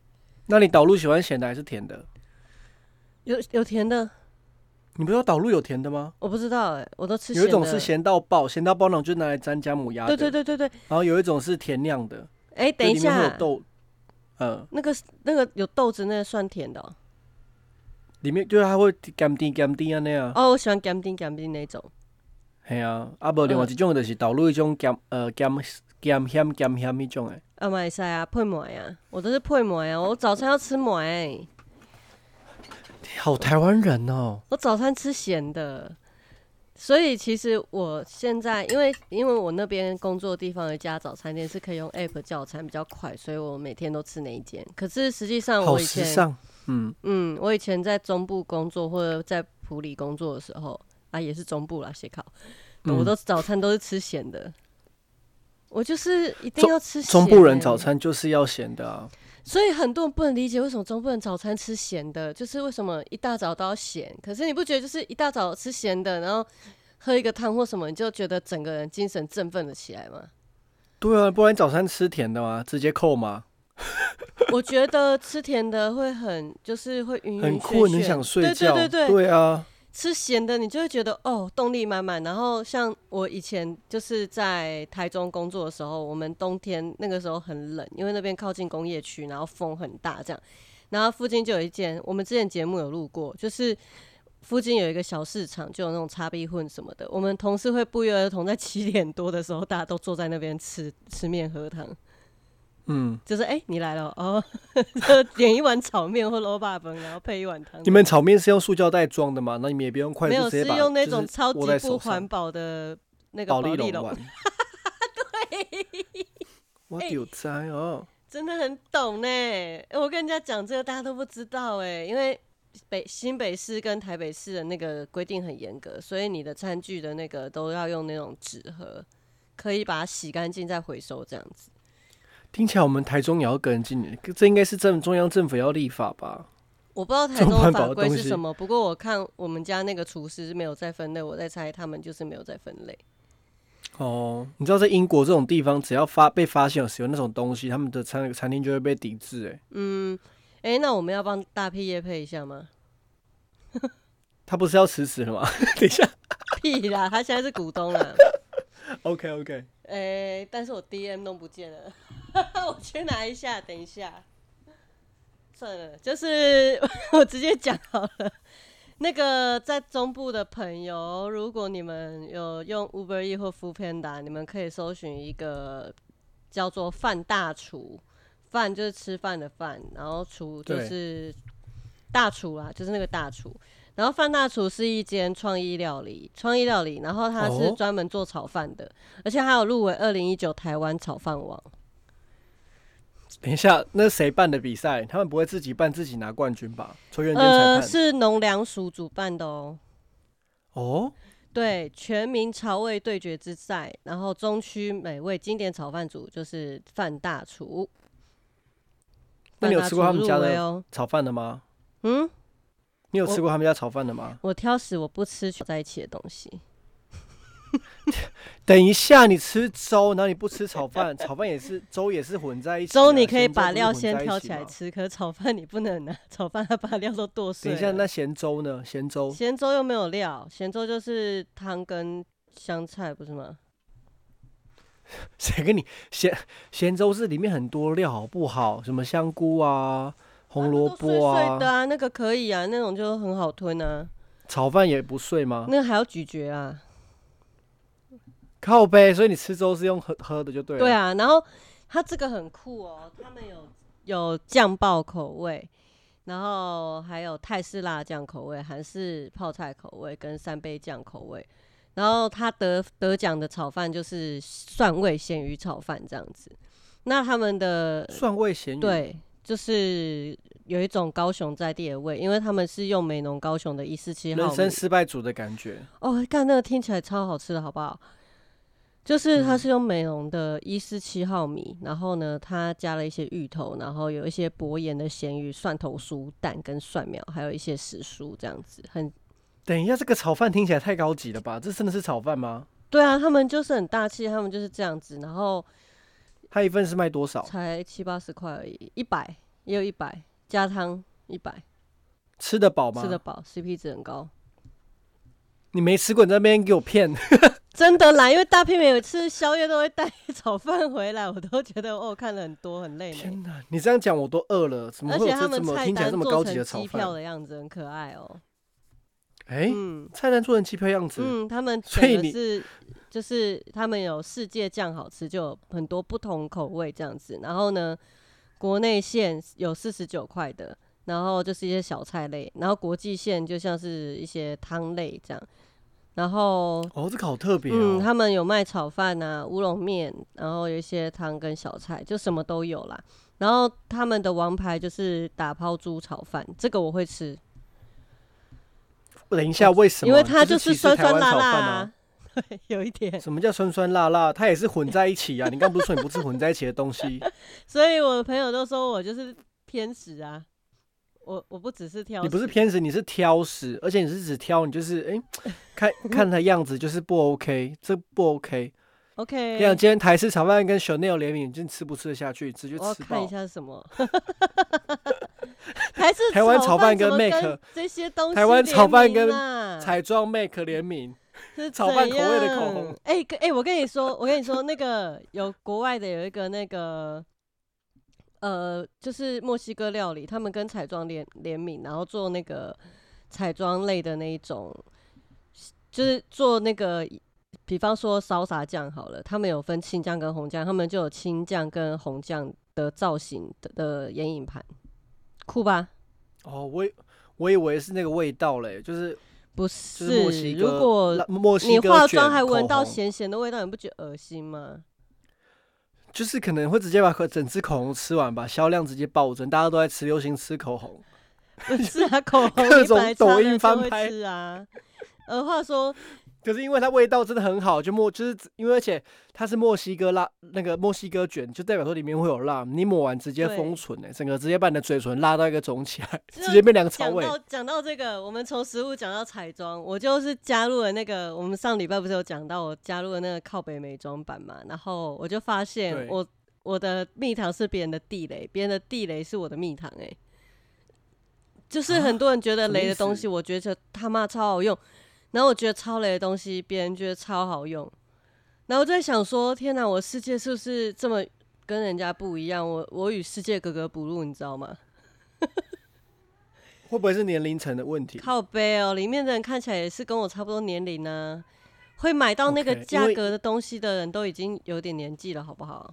[SPEAKER 1] 那你导入喜欢咸的还是甜的？
[SPEAKER 2] 有有甜的，
[SPEAKER 1] 你不是说导入有甜的吗？
[SPEAKER 2] 我不知道哎、我都吃
[SPEAKER 1] 有
[SPEAKER 2] 咸的。
[SPEAKER 1] 一种是咸到爆，咸到爆那种就拿来沾姜母鸭的，
[SPEAKER 2] 对对对对对。
[SPEAKER 1] 然后有一种是甜酿的，
[SPEAKER 2] 哎、等一
[SPEAKER 1] 就里面会
[SPEAKER 2] 下
[SPEAKER 1] 有，豆，嗯，
[SPEAKER 2] 那个那个有豆子，那个算甜的哦。
[SPEAKER 1] 里面就是它会甘甜甘甜啊那样。
[SPEAKER 2] 哦，我喜欢甘丁甘丁那种。
[SPEAKER 1] 系啊，啊无
[SPEAKER 2] 嗯
[SPEAKER 1] 另外一种就是导入一种咸呃咸咸咸咸咸迄种诶。
[SPEAKER 2] 啊，买晒啊欸啊，配馍呀、我都是配馍呀、我早餐要吃馍、欸。
[SPEAKER 1] 好台湾人哦，
[SPEAKER 2] 我早餐吃咸的，所以其实我现在因为因为我那边工作的地方有一家早餐店是可以用 app 叫餐比较快，所以我每天都吃那一间。可是实际上
[SPEAKER 1] 好
[SPEAKER 2] 我以
[SPEAKER 1] 时
[SPEAKER 2] 前
[SPEAKER 1] 尚。嗯，
[SPEAKER 2] 嗯，我以前在中部工作或者在普里工作的时候啊，也是中部啦，写考，
[SPEAKER 1] 嗯
[SPEAKER 2] 我都早餐都是吃咸的。我就是一定
[SPEAKER 1] 中
[SPEAKER 2] 要吃咸、
[SPEAKER 1] 中部人早，餐就是要咸的啊。
[SPEAKER 2] 所以很多人不能理解为什么中部人早餐吃咸的，就是为什么一大早都要咸。可是你不觉得就是一大早吃咸的，然后喝一个汤或什么，你就觉得整个人精神振奋了起来吗？
[SPEAKER 1] 对啊，不然早餐吃甜的吗？直接扣吗？
[SPEAKER 2] *laughs* 我觉得吃甜的会很，就是会晕晕
[SPEAKER 1] 很
[SPEAKER 2] 眩
[SPEAKER 1] 困，
[SPEAKER 2] 眩
[SPEAKER 1] 很想睡觉。
[SPEAKER 2] 嗯对对对对，
[SPEAKER 1] 啊，
[SPEAKER 2] 吃咸的，你就会觉得哦，动力满满。然后像我以前就是在台中工作的时候，我们冬天那个时候很冷，因为那边靠近工业区，然后风很大，这样。然后附近就有一间，我们之前节目有录过，就是附近有一个小市场，就有那种擦壁混什么的。我们同事会不约而同在七点多的时候，大家都坐在那边吃吃面喝汤。
[SPEAKER 1] 嗯，
[SPEAKER 2] 就是哎、你来了哦， *laughs* 就点一碗炒面或萝卜粉，然后配一碗汤。
[SPEAKER 1] 你们炒面是用塑胶袋装的吗？那你们也不用筷
[SPEAKER 2] 嗯没
[SPEAKER 1] 子，
[SPEAKER 2] 有
[SPEAKER 1] 直接
[SPEAKER 2] 是
[SPEAKER 1] 把
[SPEAKER 2] 用那
[SPEAKER 1] 就
[SPEAKER 2] 种
[SPEAKER 1] 是
[SPEAKER 2] 超级
[SPEAKER 1] 握在手
[SPEAKER 2] 不环
[SPEAKER 1] 上
[SPEAKER 2] 保的那个
[SPEAKER 1] 保
[SPEAKER 2] 保
[SPEAKER 1] 利
[SPEAKER 2] 利
[SPEAKER 1] 龙
[SPEAKER 2] 龙 *laughs*
[SPEAKER 1] 丸，。我有在哦，
[SPEAKER 2] 真的很懂呢、我跟人家讲这个，大家都不知道哎、因为北新北市跟台北市的那个规定很严格，所以你的餐具的那个都要用那种纸盒，可以把它洗干净再回收这样子。
[SPEAKER 1] 听起来我们台中也要跟进，这应该是政中央政府要立法吧？
[SPEAKER 2] 我不知道台
[SPEAKER 1] 这
[SPEAKER 2] 中
[SPEAKER 1] 么
[SPEAKER 2] 的
[SPEAKER 1] 环保
[SPEAKER 2] 法
[SPEAKER 1] 的
[SPEAKER 2] 规
[SPEAKER 1] 东
[SPEAKER 2] 是
[SPEAKER 1] 西
[SPEAKER 2] 什么，不过我看我们家那个厨师是没有在分类，我在猜他们就是没有在分类。
[SPEAKER 1] 哦，你知道在英国这种地方，只要发被发现有使用那种东西，他们的餐餐厅就会被抵制、哎，
[SPEAKER 2] 嗯，哎、那我们要帮大屁业配一下吗？
[SPEAKER 1] 他不是要辞职了吗？ *laughs* 等一下
[SPEAKER 2] 屁啦，他现在是股东啊了。
[SPEAKER 1] ，OK OK，
[SPEAKER 2] 哎、但是我 DM 弄不见了， *laughs* 我去拿一下，等一下。算了，就是 *laughs* 我直接讲好了。那个在中部的朋友，如果你们有用 Uber E 或 Food Panda，你们可以搜寻一个叫做“饭大厨”，饭就是吃饭的饭，然后厨就
[SPEAKER 1] 对
[SPEAKER 2] 是大厨啦，就是那个大厨。然后范大厨是一间创意料理，创意料理，然后他是
[SPEAKER 1] 哦
[SPEAKER 2] 专门做炒饭的，而且还有入围二零一九台湾炒饭王。
[SPEAKER 1] 等一下，那谁办的比赛？他们不会自己办自己拿冠军吧？球员兼裁判、
[SPEAKER 2] 呃，是农粮署主办的哦。
[SPEAKER 1] 哦，
[SPEAKER 2] 对，全民潮味对决之赛，然后中区美味经典炒饭组就是范大厨。
[SPEAKER 1] 那你有吃过他们家的
[SPEAKER 2] 范大厨入围哦？
[SPEAKER 1] 炒饭的吗？
[SPEAKER 2] 嗯，
[SPEAKER 1] 你有
[SPEAKER 2] 我
[SPEAKER 1] 吃过他们家炒饭的吗？
[SPEAKER 2] 我挑食，我不吃搅在一起的东西。
[SPEAKER 1] 等一下，你吃粥，然后你不吃炒
[SPEAKER 2] *laughs*
[SPEAKER 1] 饭，炒饭也是粥也是混在一起的啊。
[SPEAKER 2] 粥你可以
[SPEAKER 1] 咸不
[SPEAKER 2] 把
[SPEAKER 1] 是
[SPEAKER 2] 料
[SPEAKER 1] 混
[SPEAKER 2] 先
[SPEAKER 1] 在一
[SPEAKER 2] 挑
[SPEAKER 1] 起
[SPEAKER 2] 起来
[SPEAKER 1] 吗
[SPEAKER 2] 吃，可是炒饭你不能拿，炒饭它把料都剁碎
[SPEAKER 1] 等
[SPEAKER 2] 了。
[SPEAKER 1] 一下，那咸粥呢？咸粥
[SPEAKER 2] 咸粥又没有料，咸粥就是汤跟香菜，不是吗？
[SPEAKER 1] 谁跟你咸咸粥是里面很多料，好不好？什么香菇啊，红萝卜
[SPEAKER 2] 啊那都碎碎的
[SPEAKER 1] 啊，
[SPEAKER 2] 啊，那个可以啊，那种就很好吞啊，
[SPEAKER 1] 炒饭也不碎吗？
[SPEAKER 2] 那个还要咀嚼啊。
[SPEAKER 1] 靠呗，所以你吃粥是用喝喝的就对了。
[SPEAKER 2] 对，啊，然后它这个很酷哦，他们有有酱爆口味，然后还有泰式辣酱口味、韩式泡菜口味跟三杯酱口味。然后他得得奖的炒饭就是蒜味咸鱼炒饭这样子。那他们的
[SPEAKER 1] 蒜味咸鱼。，
[SPEAKER 2] 对，就是有一种高雄在地的味，因为他们是用美浓高雄的一四七号
[SPEAKER 1] 人生
[SPEAKER 2] 米。
[SPEAKER 1] 失败组的感觉。
[SPEAKER 2] 哦，干那个听起来超好吃的，好不好？就是它是用美浓的一四七号米，然后呢，它加了一些芋头，然后有一些薄盐的咸鱼、蒜头酥、蛋跟蒜苗，还有一些时蔬这样子，很
[SPEAKER 1] 等一下，这个炒饭听起来太高级了吧？这真的是炒饭吗？
[SPEAKER 2] 对啊，他们就是很大气，他们就是这样子，然后
[SPEAKER 1] 它一份是卖多少？
[SPEAKER 2] 才七八十块而已，一百也有一百，加汤一百，
[SPEAKER 1] 吃得饱吗？
[SPEAKER 2] 吃得饱，CP 值很高。
[SPEAKER 1] 你没吃过，你在那边给我骗。
[SPEAKER 2] 真的啦，因为大片每有次宵夜都会带炒饭回来，我都觉得哦，看了很多很累呢。
[SPEAKER 1] 天哪，你这样讲我都饿了，怎么
[SPEAKER 2] 而
[SPEAKER 1] 会
[SPEAKER 2] 且
[SPEAKER 1] 有
[SPEAKER 2] 他
[SPEAKER 1] 这
[SPEAKER 2] 们
[SPEAKER 1] 这么
[SPEAKER 2] 菜
[SPEAKER 1] 听起来
[SPEAKER 2] 单
[SPEAKER 1] 这么高
[SPEAKER 2] 做
[SPEAKER 1] 级的
[SPEAKER 2] 成
[SPEAKER 1] 炒
[SPEAKER 2] 机票
[SPEAKER 1] 饭？
[SPEAKER 2] 的样子很可爱哦。
[SPEAKER 1] 哎，
[SPEAKER 2] 嗯
[SPEAKER 1] 菜单做成机票样子，
[SPEAKER 2] 嗯，他们
[SPEAKER 1] 所以
[SPEAKER 2] 整个
[SPEAKER 1] 你
[SPEAKER 2] 是就是他们有世界酱好吃，就有很多不同口味这样子。然后呢，国内线有四十九块的，然后就是一些小菜类，然后国际线就像是一些汤类这样，然后
[SPEAKER 1] 哦，这个好特别
[SPEAKER 2] 嗯，
[SPEAKER 1] 哦。
[SPEAKER 2] 他们有卖炒饭啊、乌龙面，然后有一些汤跟小菜，就什么都有啦。然后他们的王牌就是打抛猪炒饭，这个我会吃，
[SPEAKER 1] 等一下，为什么？
[SPEAKER 2] 因为它
[SPEAKER 1] 就是是
[SPEAKER 2] 酸
[SPEAKER 1] 其实台
[SPEAKER 2] 酸
[SPEAKER 1] 湾
[SPEAKER 2] 辣
[SPEAKER 1] 炒
[SPEAKER 2] 辣、
[SPEAKER 1] 饭啊。
[SPEAKER 2] 对， *laughs* 有一点。
[SPEAKER 1] 什么叫酸酸辣辣？它也是混在一起
[SPEAKER 2] *laughs*
[SPEAKER 1] 啊！你刚不是说你不吃混在一起的东西？
[SPEAKER 2] 所以我的朋友都说我就是偏食啊，我我不只是挑
[SPEAKER 1] 你
[SPEAKER 2] 食，
[SPEAKER 1] 不是偏食，你是挑食，而且你是只挑，你就是
[SPEAKER 2] *laughs*
[SPEAKER 1] 哎、看看他样子就是不 OK，这不 OK。你想
[SPEAKER 2] OK。
[SPEAKER 1] 今天台式炒饭跟 Chanel 联名，你真吃不吃得下去？直接
[SPEAKER 2] 我要
[SPEAKER 1] 吃
[SPEAKER 2] 看一
[SPEAKER 1] 爆。
[SPEAKER 2] 下是什么， *laughs* 还是
[SPEAKER 1] 台湾炒饭跟
[SPEAKER 2] 怎么
[SPEAKER 1] Mac，
[SPEAKER 2] 这些东西联名啊、啊
[SPEAKER 1] 台湾炒饭跟彩妆 make 联名，
[SPEAKER 2] 是
[SPEAKER 1] 炒饭
[SPEAKER 2] 怎
[SPEAKER 1] 口味的
[SPEAKER 2] 样
[SPEAKER 1] 口红。
[SPEAKER 2] 哎、跟哎、我跟你说，我跟你说，那个有国外的有一个那个，呃，就是墨西哥料理，他们跟彩妆联联名，然后做那个彩妆类的那一种，就是做那个。比方说烧啥酱好了，他们有分青酱跟红酱，他们就有青酱跟红酱的造型的的眼影盘，酷吧？
[SPEAKER 1] 哦，我以我以为是那个味道嘞，就是
[SPEAKER 2] 不
[SPEAKER 1] 就是墨西
[SPEAKER 2] 是？
[SPEAKER 1] 哥，
[SPEAKER 2] 如果
[SPEAKER 1] 辣墨西
[SPEAKER 2] 呃你
[SPEAKER 1] 哥
[SPEAKER 2] 化
[SPEAKER 1] 卷
[SPEAKER 2] 妆还闻
[SPEAKER 1] 口
[SPEAKER 2] 到
[SPEAKER 1] 红，
[SPEAKER 2] 咸咸的味道，你不觉得恶心吗？
[SPEAKER 1] 就是可能会直接把口整支口红吃完吧，销量直接暴增，大家都在吃，流行吃口红。 *laughs*
[SPEAKER 2] 不是啊，口红
[SPEAKER 1] 各
[SPEAKER 2] 你
[SPEAKER 1] 种
[SPEAKER 2] 本来
[SPEAKER 1] 抖
[SPEAKER 2] 擦了
[SPEAKER 1] 音
[SPEAKER 2] 就
[SPEAKER 1] 翻
[SPEAKER 2] 会
[SPEAKER 1] 拍
[SPEAKER 2] 吃啊。呃，话说，
[SPEAKER 1] 可是因为它味道真的很好，就墨就是因为而且它是墨西哥辣那个墨西哥卷，就代表说里面会有辣，你抹完直接封
[SPEAKER 2] 对
[SPEAKER 1] 唇哎、整个直接把你的嘴唇辣到一个肿起
[SPEAKER 2] *laughs*
[SPEAKER 1] 来，
[SPEAKER 2] 这
[SPEAKER 1] 直接变梁朝
[SPEAKER 2] 讲
[SPEAKER 1] 伟。
[SPEAKER 2] 到讲到这个，我们从食物讲到彩妆，我就是加入了那个，我们上礼拜不是有讲到我加入了那个靠北美妆版嘛，然后我就发现
[SPEAKER 1] 对
[SPEAKER 2] 我我的蜜糖是别人的地雷，别人的地雷是我的蜜糖、欸，就是
[SPEAKER 1] 啊
[SPEAKER 2] 很多人觉得
[SPEAKER 1] 什么
[SPEAKER 2] 雷
[SPEAKER 1] 意
[SPEAKER 2] 的东
[SPEAKER 1] 思
[SPEAKER 2] 西，我觉得他妈超好用，然后我觉得超雷的东西，别人觉得超好用，然后我就在想说，天哪，我世界是不是这么跟人家不一样？我我与世界格格不入，你知道吗？
[SPEAKER 1] 会不会是年龄层的问题？
[SPEAKER 2] 靠背哦，里面的人看起来也是跟我差不多年龄呢、会买到那个
[SPEAKER 1] OK，因
[SPEAKER 2] 价
[SPEAKER 1] 为
[SPEAKER 2] 格的东西的人都已经有点年纪了，好不好？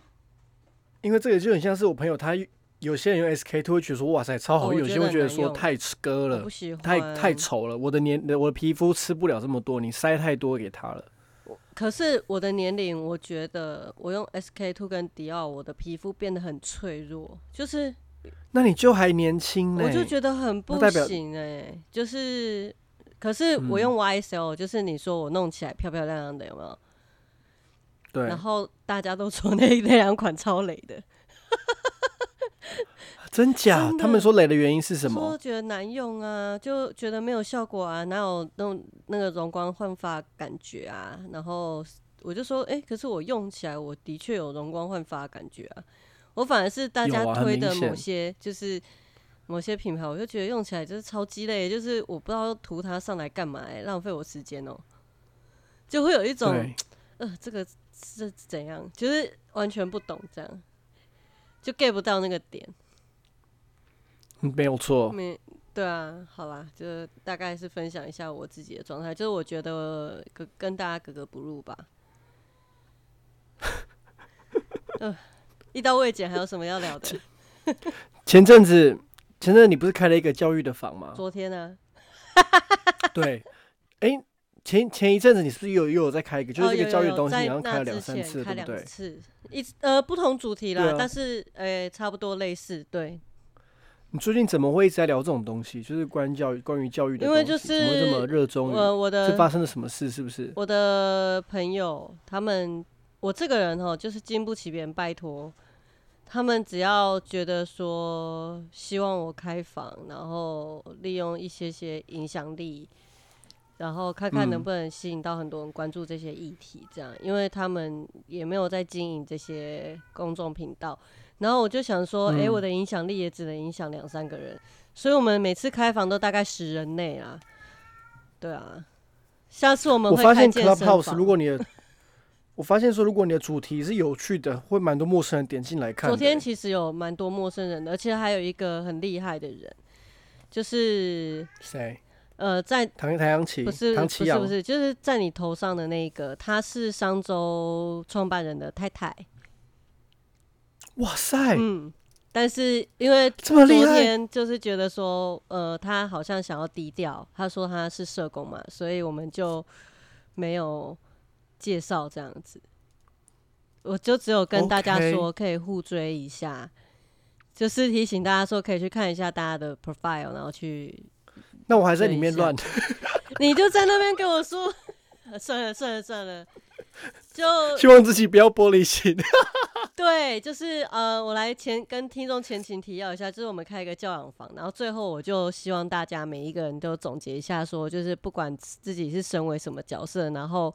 [SPEAKER 1] 因为这个就很像是我朋友，他有些人用 SK two 会觉得说哇塞超好
[SPEAKER 2] 哦
[SPEAKER 1] 用，有
[SPEAKER 2] 我觉
[SPEAKER 1] 些
[SPEAKER 2] 得
[SPEAKER 1] 会觉得
[SPEAKER 2] 很难
[SPEAKER 1] 说
[SPEAKER 2] 用哦
[SPEAKER 1] 太割
[SPEAKER 2] 我
[SPEAKER 1] 了
[SPEAKER 2] 不，喜欢，
[SPEAKER 1] 太太。丑了，我的年我的皮肤吃不了这么多，你塞太多给他了。
[SPEAKER 2] 可是我的年龄，我觉得我用 SK two 跟迪奥，我的皮肤变得很脆弱，就是
[SPEAKER 1] 那你就还年轻呢、
[SPEAKER 2] 我就觉得很不
[SPEAKER 1] 欸那代表嗯
[SPEAKER 2] 行哎、就是。可是我用 YSL，、就是你说我弄起来漂漂亮亮的，有没有？
[SPEAKER 1] 对
[SPEAKER 2] 然，后大家都说那 *laughs* 那两款超雷的，
[SPEAKER 1] 真假
[SPEAKER 2] 真？的
[SPEAKER 1] 他们说雷的原因是什
[SPEAKER 2] 说
[SPEAKER 1] 么？
[SPEAKER 2] 觉得难用啊，就觉得没有效果啊，哪有那种那个容光焕发感觉啊？然后我就说，哎、可是我用起来，我的确有容光焕发感觉啊。我反而是大家
[SPEAKER 1] 有啊很
[SPEAKER 2] 推的
[SPEAKER 1] 明显
[SPEAKER 2] 某些，就是某些品牌，我就觉得用起来就是超鸡肋，就是我不知道涂它上来干嘛、欸，浪费我时间哦、就会有一种
[SPEAKER 1] 对，
[SPEAKER 2] 呃，这个是怎样，就是完全不懂这样，就 get 不到那个点。
[SPEAKER 1] 嗯没有错。
[SPEAKER 2] 没，对啊，好啦，就大概是分享一下我自己的状态，就是我觉得跟跟大家格格不入吧。 *laughs* 呃，一刀未剪，还有什么要聊
[SPEAKER 1] *laughs*
[SPEAKER 2] 的？
[SPEAKER 1] 前阵子，前阵子你不是开了一个教育的房吗？
[SPEAKER 2] 昨天呢、
[SPEAKER 1] 对，哎、前前一阵子你是不是有又有在开一个，就
[SPEAKER 2] 哦
[SPEAKER 1] 是这
[SPEAKER 2] 有
[SPEAKER 1] 个教育
[SPEAKER 2] 有
[SPEAKER 1] 的
[SPEAKER 2] 有
[SPEAKER 1] 东西，
[SPEAKER 2] 在
[SPEAKER 1] 你好像
[SPEAKER 2] 那
[SPEAKER 1] 开了
[SPEAKER 2] 之
[SPEAKER 1] 两三
[SPEAKER 2] 前
[SPEAKER 1] 次，
[SPEAKER 2] 开
[SPEAKER 1] 对不
[SPEAKER 2] 两
[SPEAKER 1] 对？
[SPEAKER 2] 次，一直呃不同主题
[SPEAKER 1] 对
[SPEAKER 2] 啦，
[SPEAKER 1] 啊
[SPEAKER 2] 但是呃差不多类似，对，
[SPEAKER 1] 你最近怎么会一直在聊这种东西？就是关于教育，关于教育的
[SPEAKER 2] 因
[SPEAKER 1] 东西，
[SPEAKER 2] 为就
[SPEAKER 1] 怎么会这
[SPEAKER 2] 是
[SPEAKER 1] 么热衷于？
[SPEAKER 2] 我我呃的
[SPEAKER 1] 是发生了什么事？是不是？
[SPEAKER 2] 我的朋友他们，我这个人哦，就是经不起别人拜托。他们只要觉得说希望我开房，然后利用一些些影响力，然后看
[SPEAKER 1] 嗯
[SPEAKER 2] 看能不能吸引到很多人关注这些议题，这样，因为他们也没有在经营这些公众频道。然后我就想说，诶，
[SPEAKER 1] 嗯
[SPEAKER 2] 我的影响力也只能影响两三个人，所以我们每次开房都大概十人内啦。对啊，下次我们
[SPEAKER 1] 我
[SPEAKER 2] 会
[SPEAKER 1] 发
[SPEAKER 2] 开
[SPEAKER 1] 现
[SPEAKER 2] 健身
[SPEAKER 1] Clubhouse，
[SPEAKER 2] 房
[SPEAKER 1] 如果你的，我发现说，如果你的主题是有趣的，会蛮多陌生人点进来看的。
[SPEAKER 2] 昨天其实有蛮多陌生人的，而且还有一个很厉害的人，就是
[SPEAKER 1] 谁？
[SPEAKER 2] 呃，在
[SPEAKER 1] 唐唐扬琪，
[SPEAKER 2] 不是
[SPEAKER 1] 唐
[SPEAKER 2] 不是
[SPEAKER 1] 奇阳
[SPEAKER 2] 不是，就是在你头上的那一个，她是商周创办人的太太，
[SPEAKER 1] 哇塞，
[SPEAKER 2] 嗯，但是因为
[SPEAKER 1] 这么
[SPEAKER 2] 昨
[SPEAKER 1] 厉害
[SPEAKER 2] 天就是觉得说，呃，他好像想要低调，他说他是社工嘛，所以我们就没有介绍这样子。我就只有跟大家
[SPEAKER 1] OK
[SPEAKER 2] 说，可以互追一下就是提醒大家说，可以去看一下大家的 profile，然后去，
[SPEAKER 1] 那我还在里面
[SPEAKER 2] 对
[SPEAKER 1] 乱，
[SPEAKER 2] 你就在那边跟我说， *laughs* 算了算了算了，就
[SPEAKER 1] 希望自己不要玻璃心。 *laughs*
[SPEAKER 2] *laughs* 对，就是呃，我来前跟听众前情提要一下，就是我们开一个教养房，然后最后我就希望大家每一个人都总结一下说就是不管自己是身为什么角色，然后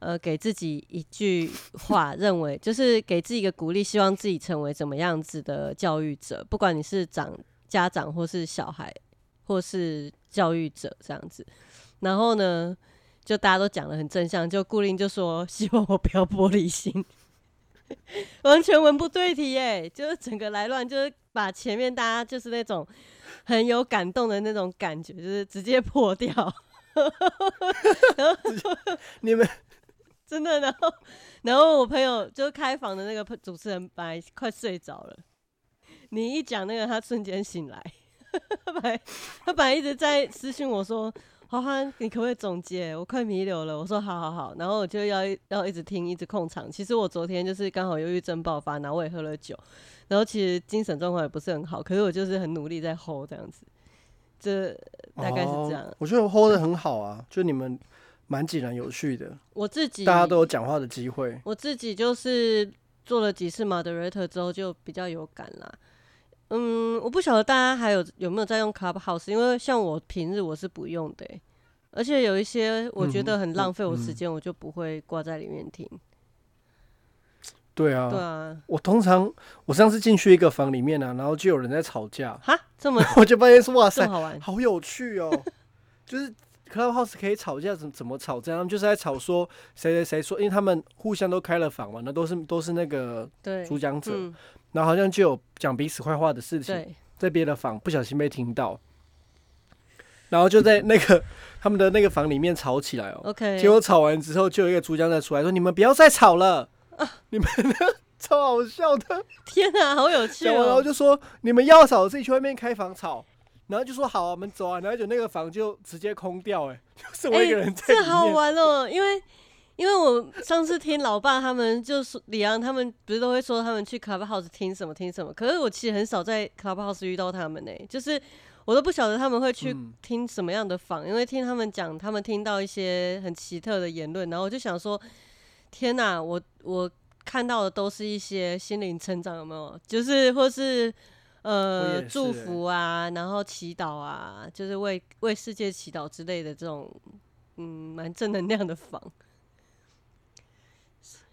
[SPEAKER 2] 呃给自己一句话，认为就是给自己一个鼓励，希望自己成为怎么样子的教育者，不管你是长家长或是小孩或是教育者这样子，然后呢？就大家都讲的很正向，就固定就说 *laughs* 希望我不要玻璃心，完全文不对题耶，就是整个来乱，就是把前面大家就是那种很有感动的那种感觉，就是直接破掉，
[SPEAKER 1] 你们
[SPEAKER 2] 真的。然后，然后我朋友就是开房的那个主持人，本来快睡着了，你一讲那个，他瞬间醒来， *laughs* 他本来他本来一直在私讯我说。花花，你可不可以总结？我快弥留了。我说好好好，然后我就要要一直听，一直控场。其实我昨天就是刚好忧郁症爆发，然后我也喝了酒，然后其实精神状况也不是很好，可是我就是很努力在 hold 这样子，这 *laughs* 大概是这样。
[SPEAKER 1] 哦我觉得我 hold 的很好啊，就你们蛮井然有序的，
[SPEAKER 2] 我自己
[SPEAKER 1] 大家都有讲话的机会。
[SPEAKER 2] 我自己就是做了几次 moderator 之后就比较有感啦。嗯，我不晓得大家还有有没有在用 Clubhouse，因为像我平日我是不用的欸、而且有一些我觉得
[SPEAKER 1] 嗯
[SPEAKER 2] 很浪费我时
[SPEAKER 1] 嗯
[SPEAKER 2] 间，我就不会挂在里面听。
[SPEAKER 1] 对啊，
[SPEAKER 2] 对啊，
[SPEAKER 1] 我通常我上次进去一个房里面啊，然后就有人在吵架，
[SPEAKER 2] 哈，这么
[SPEAKER 1] 我就发现说哇
[SPEAKER 2] 这
[SPEAKER 1] 塞
[SPEAKER 2] 么，好玩，
[SPEAKER 1] 好有趣哦，就是 Clubhouse 可以吵架，怎么怎么吵架？他们就是在吵说谁谁谁说，因为他们互相都开了房嘛，那都是都是那个
[SPEAKER 2] 对，
[SPEAKER 1] 主讲者，
[SPEAKER 2] 嗯，
[SPEAKER 1] 然后好像就有讲彼此坏话的事情，
[SPEAKER 2] 对，
[SPEAKER 1] 在别的房不小心被听到，然后就在那个他们的那个房里面吵起来哦。
[SPEAKER 2] OK，
[SPEAKER 1] 结果吵完之后，就有一个主讲者出来说：“你们不要再吵
[SPEAKER 2] *laughs*
[SPEAKER 1] 了，你们 *laughs* 超好笑的。”
[SPEAKER 2] 天啊，好有趣
[SPEAKER 1] 讲完然后
[SPEAKER 2] 哦！
[SPEAKER 1] 就说你们要吵自己去外面开房吵，然后就说好啊，我们走啊，然后就那个房就直接空掉、哎， *laughs* 就是我一个人在里
[SPEAKER 2] 这
[SPEAKER 1] 面。
[SPEAKER 2] 好玩哦，因为因为我上次听老爸他们就说李昂他们不是都会说他们去 Clubhouse 听什么听什么，可是我其实很少在 Clubhouse 遇到他们呢、就是我都不晓得他们会去
[SPEAKER 1] 嗯
[SPEAKER 2] 听什么样的访，因为听他们讲，他们听到一些很奇特的言论，然后我就想说，天哪、我我看到的都是一些心灵成长，有没有？就是或是
[SPEAKER 1] 我
[SPEAKER 2] 呃
[SPEAKER 1] 也是欸
[SPEAKER 2] 祝福啊，然后祈祷啊，就是为为世界祈祷之类的这种，嗯，蛮正能量的访。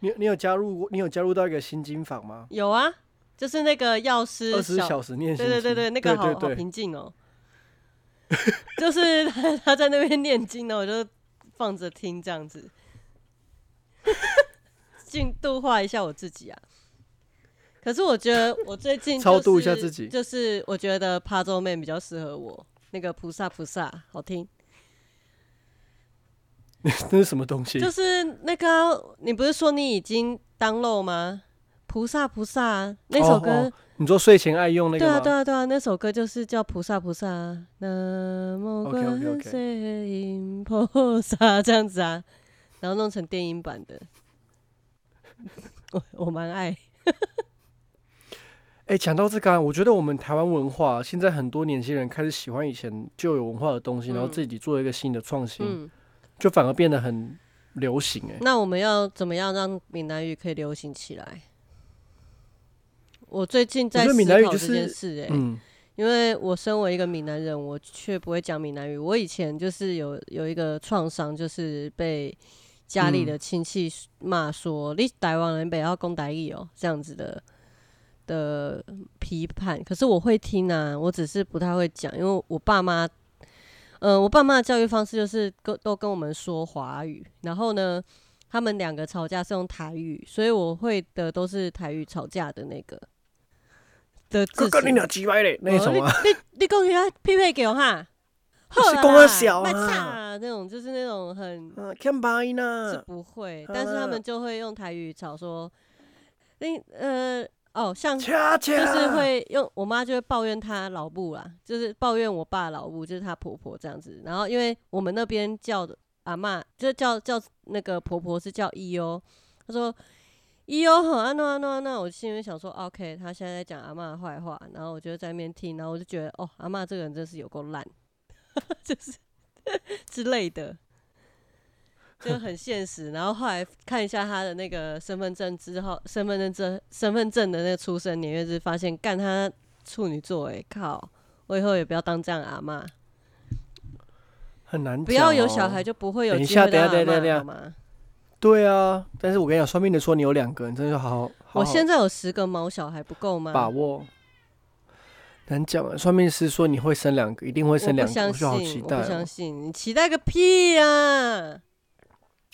[SPEAKER 1] 你你有加入过？你有加入到一个新经房吗？
[SPEAKER 2] 有啊，就是那个药师
[SPEAKER 1] 二十小时念心
[SPEAKER 2] 对
[SPEAKER 1] 经，
[SPEAKER 2] 对对对，那个好
[SPEAKER 1] 对
[SPEAKER 2] 好
[SPEAKER 1] 对对
[SPEAKER 2] 平静哦。 *laughs* 就是他他在那边念经呢，我就放着听这样子， *laughs* 进度化一下我自己啊。可是我觉得我最近、就
[SPEAKER 1] *laughs*
[SPEAKER 2] 是、
[SPEAKER 1] 超度一下自己
[SPEAKER 2] 就是我觉得 Puzzle Man 比较适合我，那个菩萨菩萨好听，
[SPEAKER 1] 那是什么东西？
[SPEAKER 2] 就是那个啊、你不是说你已经当漏吗？菩萨菩萨那首歌、
[SPEAKER 1] 哦哦你说睡前爱用那个
[SPEAKER 2] 对
[SPEAKER 1] 吗？
[SPEAKER 2] 啊，对啊，对啊，那首歌就是叫《菩萨菩萨》，南无
[SPEAKER 1] OK，OK，OK
[SPEAKER 2] 观世音菩萨这样子啊，然后弄成电影版的，我我蛮爱。
[SPEAKER 1] 哎、讲到这个、啊，我觉得我们台湾文化啊现在很多年轻人开始喜欢以前旧有文化的东西，然后
[SPEAKER 2] 嗯
[SPEAKER 1] 自己做一个新的创新，
[SPEAKER 2] 嗯，
[SPEAKER 1] 就反而变得很流行、哎，
[SPEAKER 2] 那我们要怎么样让闽南语可以流行起来？我最近
[SPEAKER 1] 我
[SPEAKER 2] 在
[SPEAKER 1] 觉得
[SPEAKER 2] 思
[SPEAKER 1] 闽南语
[SPEAKER 2] 考
[SPEAKER 1] 就
[SPEAKER 2] 这件
[SPEAKER 1] 是
[SPEAKER 2] 事、欸，
[SPEAKER 1] 嗯，
[SPEAKER 2] 因为我身为一个闽南人，我却不会讲闽南语。我以前就是有有一个创伤，就是被家里
[SPEAKER 1] 嗯
[SPEAKER 2] 的亲戚骂说、你台湾人不要讲台语哦，这样子的的批判。可是我会听啊，我只是不太会讲，因为我爸妈，呃，我爸妈的教育方式就是跟都跟我们说华语，然后呢，他们两个吵架是用台语，所以我会的都是台语吵架的那个。的字
[SPEAKER 1] 哥哥
[SPEAKER 2] 词
[SPEAKER 1] 你俩鸡歪嘞，那种啊， *laughs*
[SPEAKER 2] 哦你你你讲给他匹配给我哈，好
[SPEAKER 1] 是
[SPEAKER 2] 啦
[SPEAKER 1] 讲啊小啊
[SPEAKER 2] 别吵那种就是那种很
[SPEAKER 1] 嗯，看白
[SPEAKER 2] 是
[SPEAKER 1] 呢，
[SPEAKER 2] 不会，
[SPEAKER 1] 好啦
[SPEAKER 2] 但是他们就会用台语吵说，你呃哦，像
[SPEAKER 1] 恰恰
[SPEAKER 2] 就是会用我妈就会抱怨她老母啦，就是抱怨我爸老母，就是她婆婆这样子。然后因为我们那边叫的阿嬷，就是叫叫那个婆婆是叫伊哦，她说伊哦很安诺安诺安诺，我心里想说哦 OK，她现在在讲阿嬷的坏话，然后我就在那边听，然后我就觉得哦，阿嬷这个人真是有够烂， *laughs* 就是之类的。
[SPEAKER 1] *laughs*
[SPEAKER 2] 就很现实，然后后来看一下他的那个身份证之后，身份证证身份证的那个出生年月日，发现干他处女座哎、靠！我以后也不要当这样的阿妈，
[SPEAKER 1] 很难、
[SPEAKER 2] 不要有小孩。就不会有
[SPEAKER 1] 哦等一
[SPEAKER 2] 机
[SPEAKER 1] 下
[SPEAKER 2] 会当阿
[SPEAKER 1] 等一下等一
[SPEAKER 2] 嬷
[SPEAKER 1] 下
[SPEAKER 2] 好吗？
[SPEAKER 1] 对啊，但是我跟你讲，算命的说你有两个，你真的要好好好好
[SPEAKER 2] 我现在有十个毛小孩不够吗？
[SPEAKER 1] 把握。难讲啊，算命师说你会生两个，一定会
[SPEAKER 2] 我
[SPEAKER 1] 生
[SPEAKER 2] 不
[SPEAKER 1] 两个，
[SPEAKER 2] 相
[SPEAKER 1] 我就好
[SPEAKER 2] 信，
[SPEAKER 1] 期
[SPEAKER 2] 我
[SPEAKER 1] 待
[SPEAKER 2] 不相
[SPEAKER 1] 哦，
[SPEAKER 2] 信，你期待个屁啊！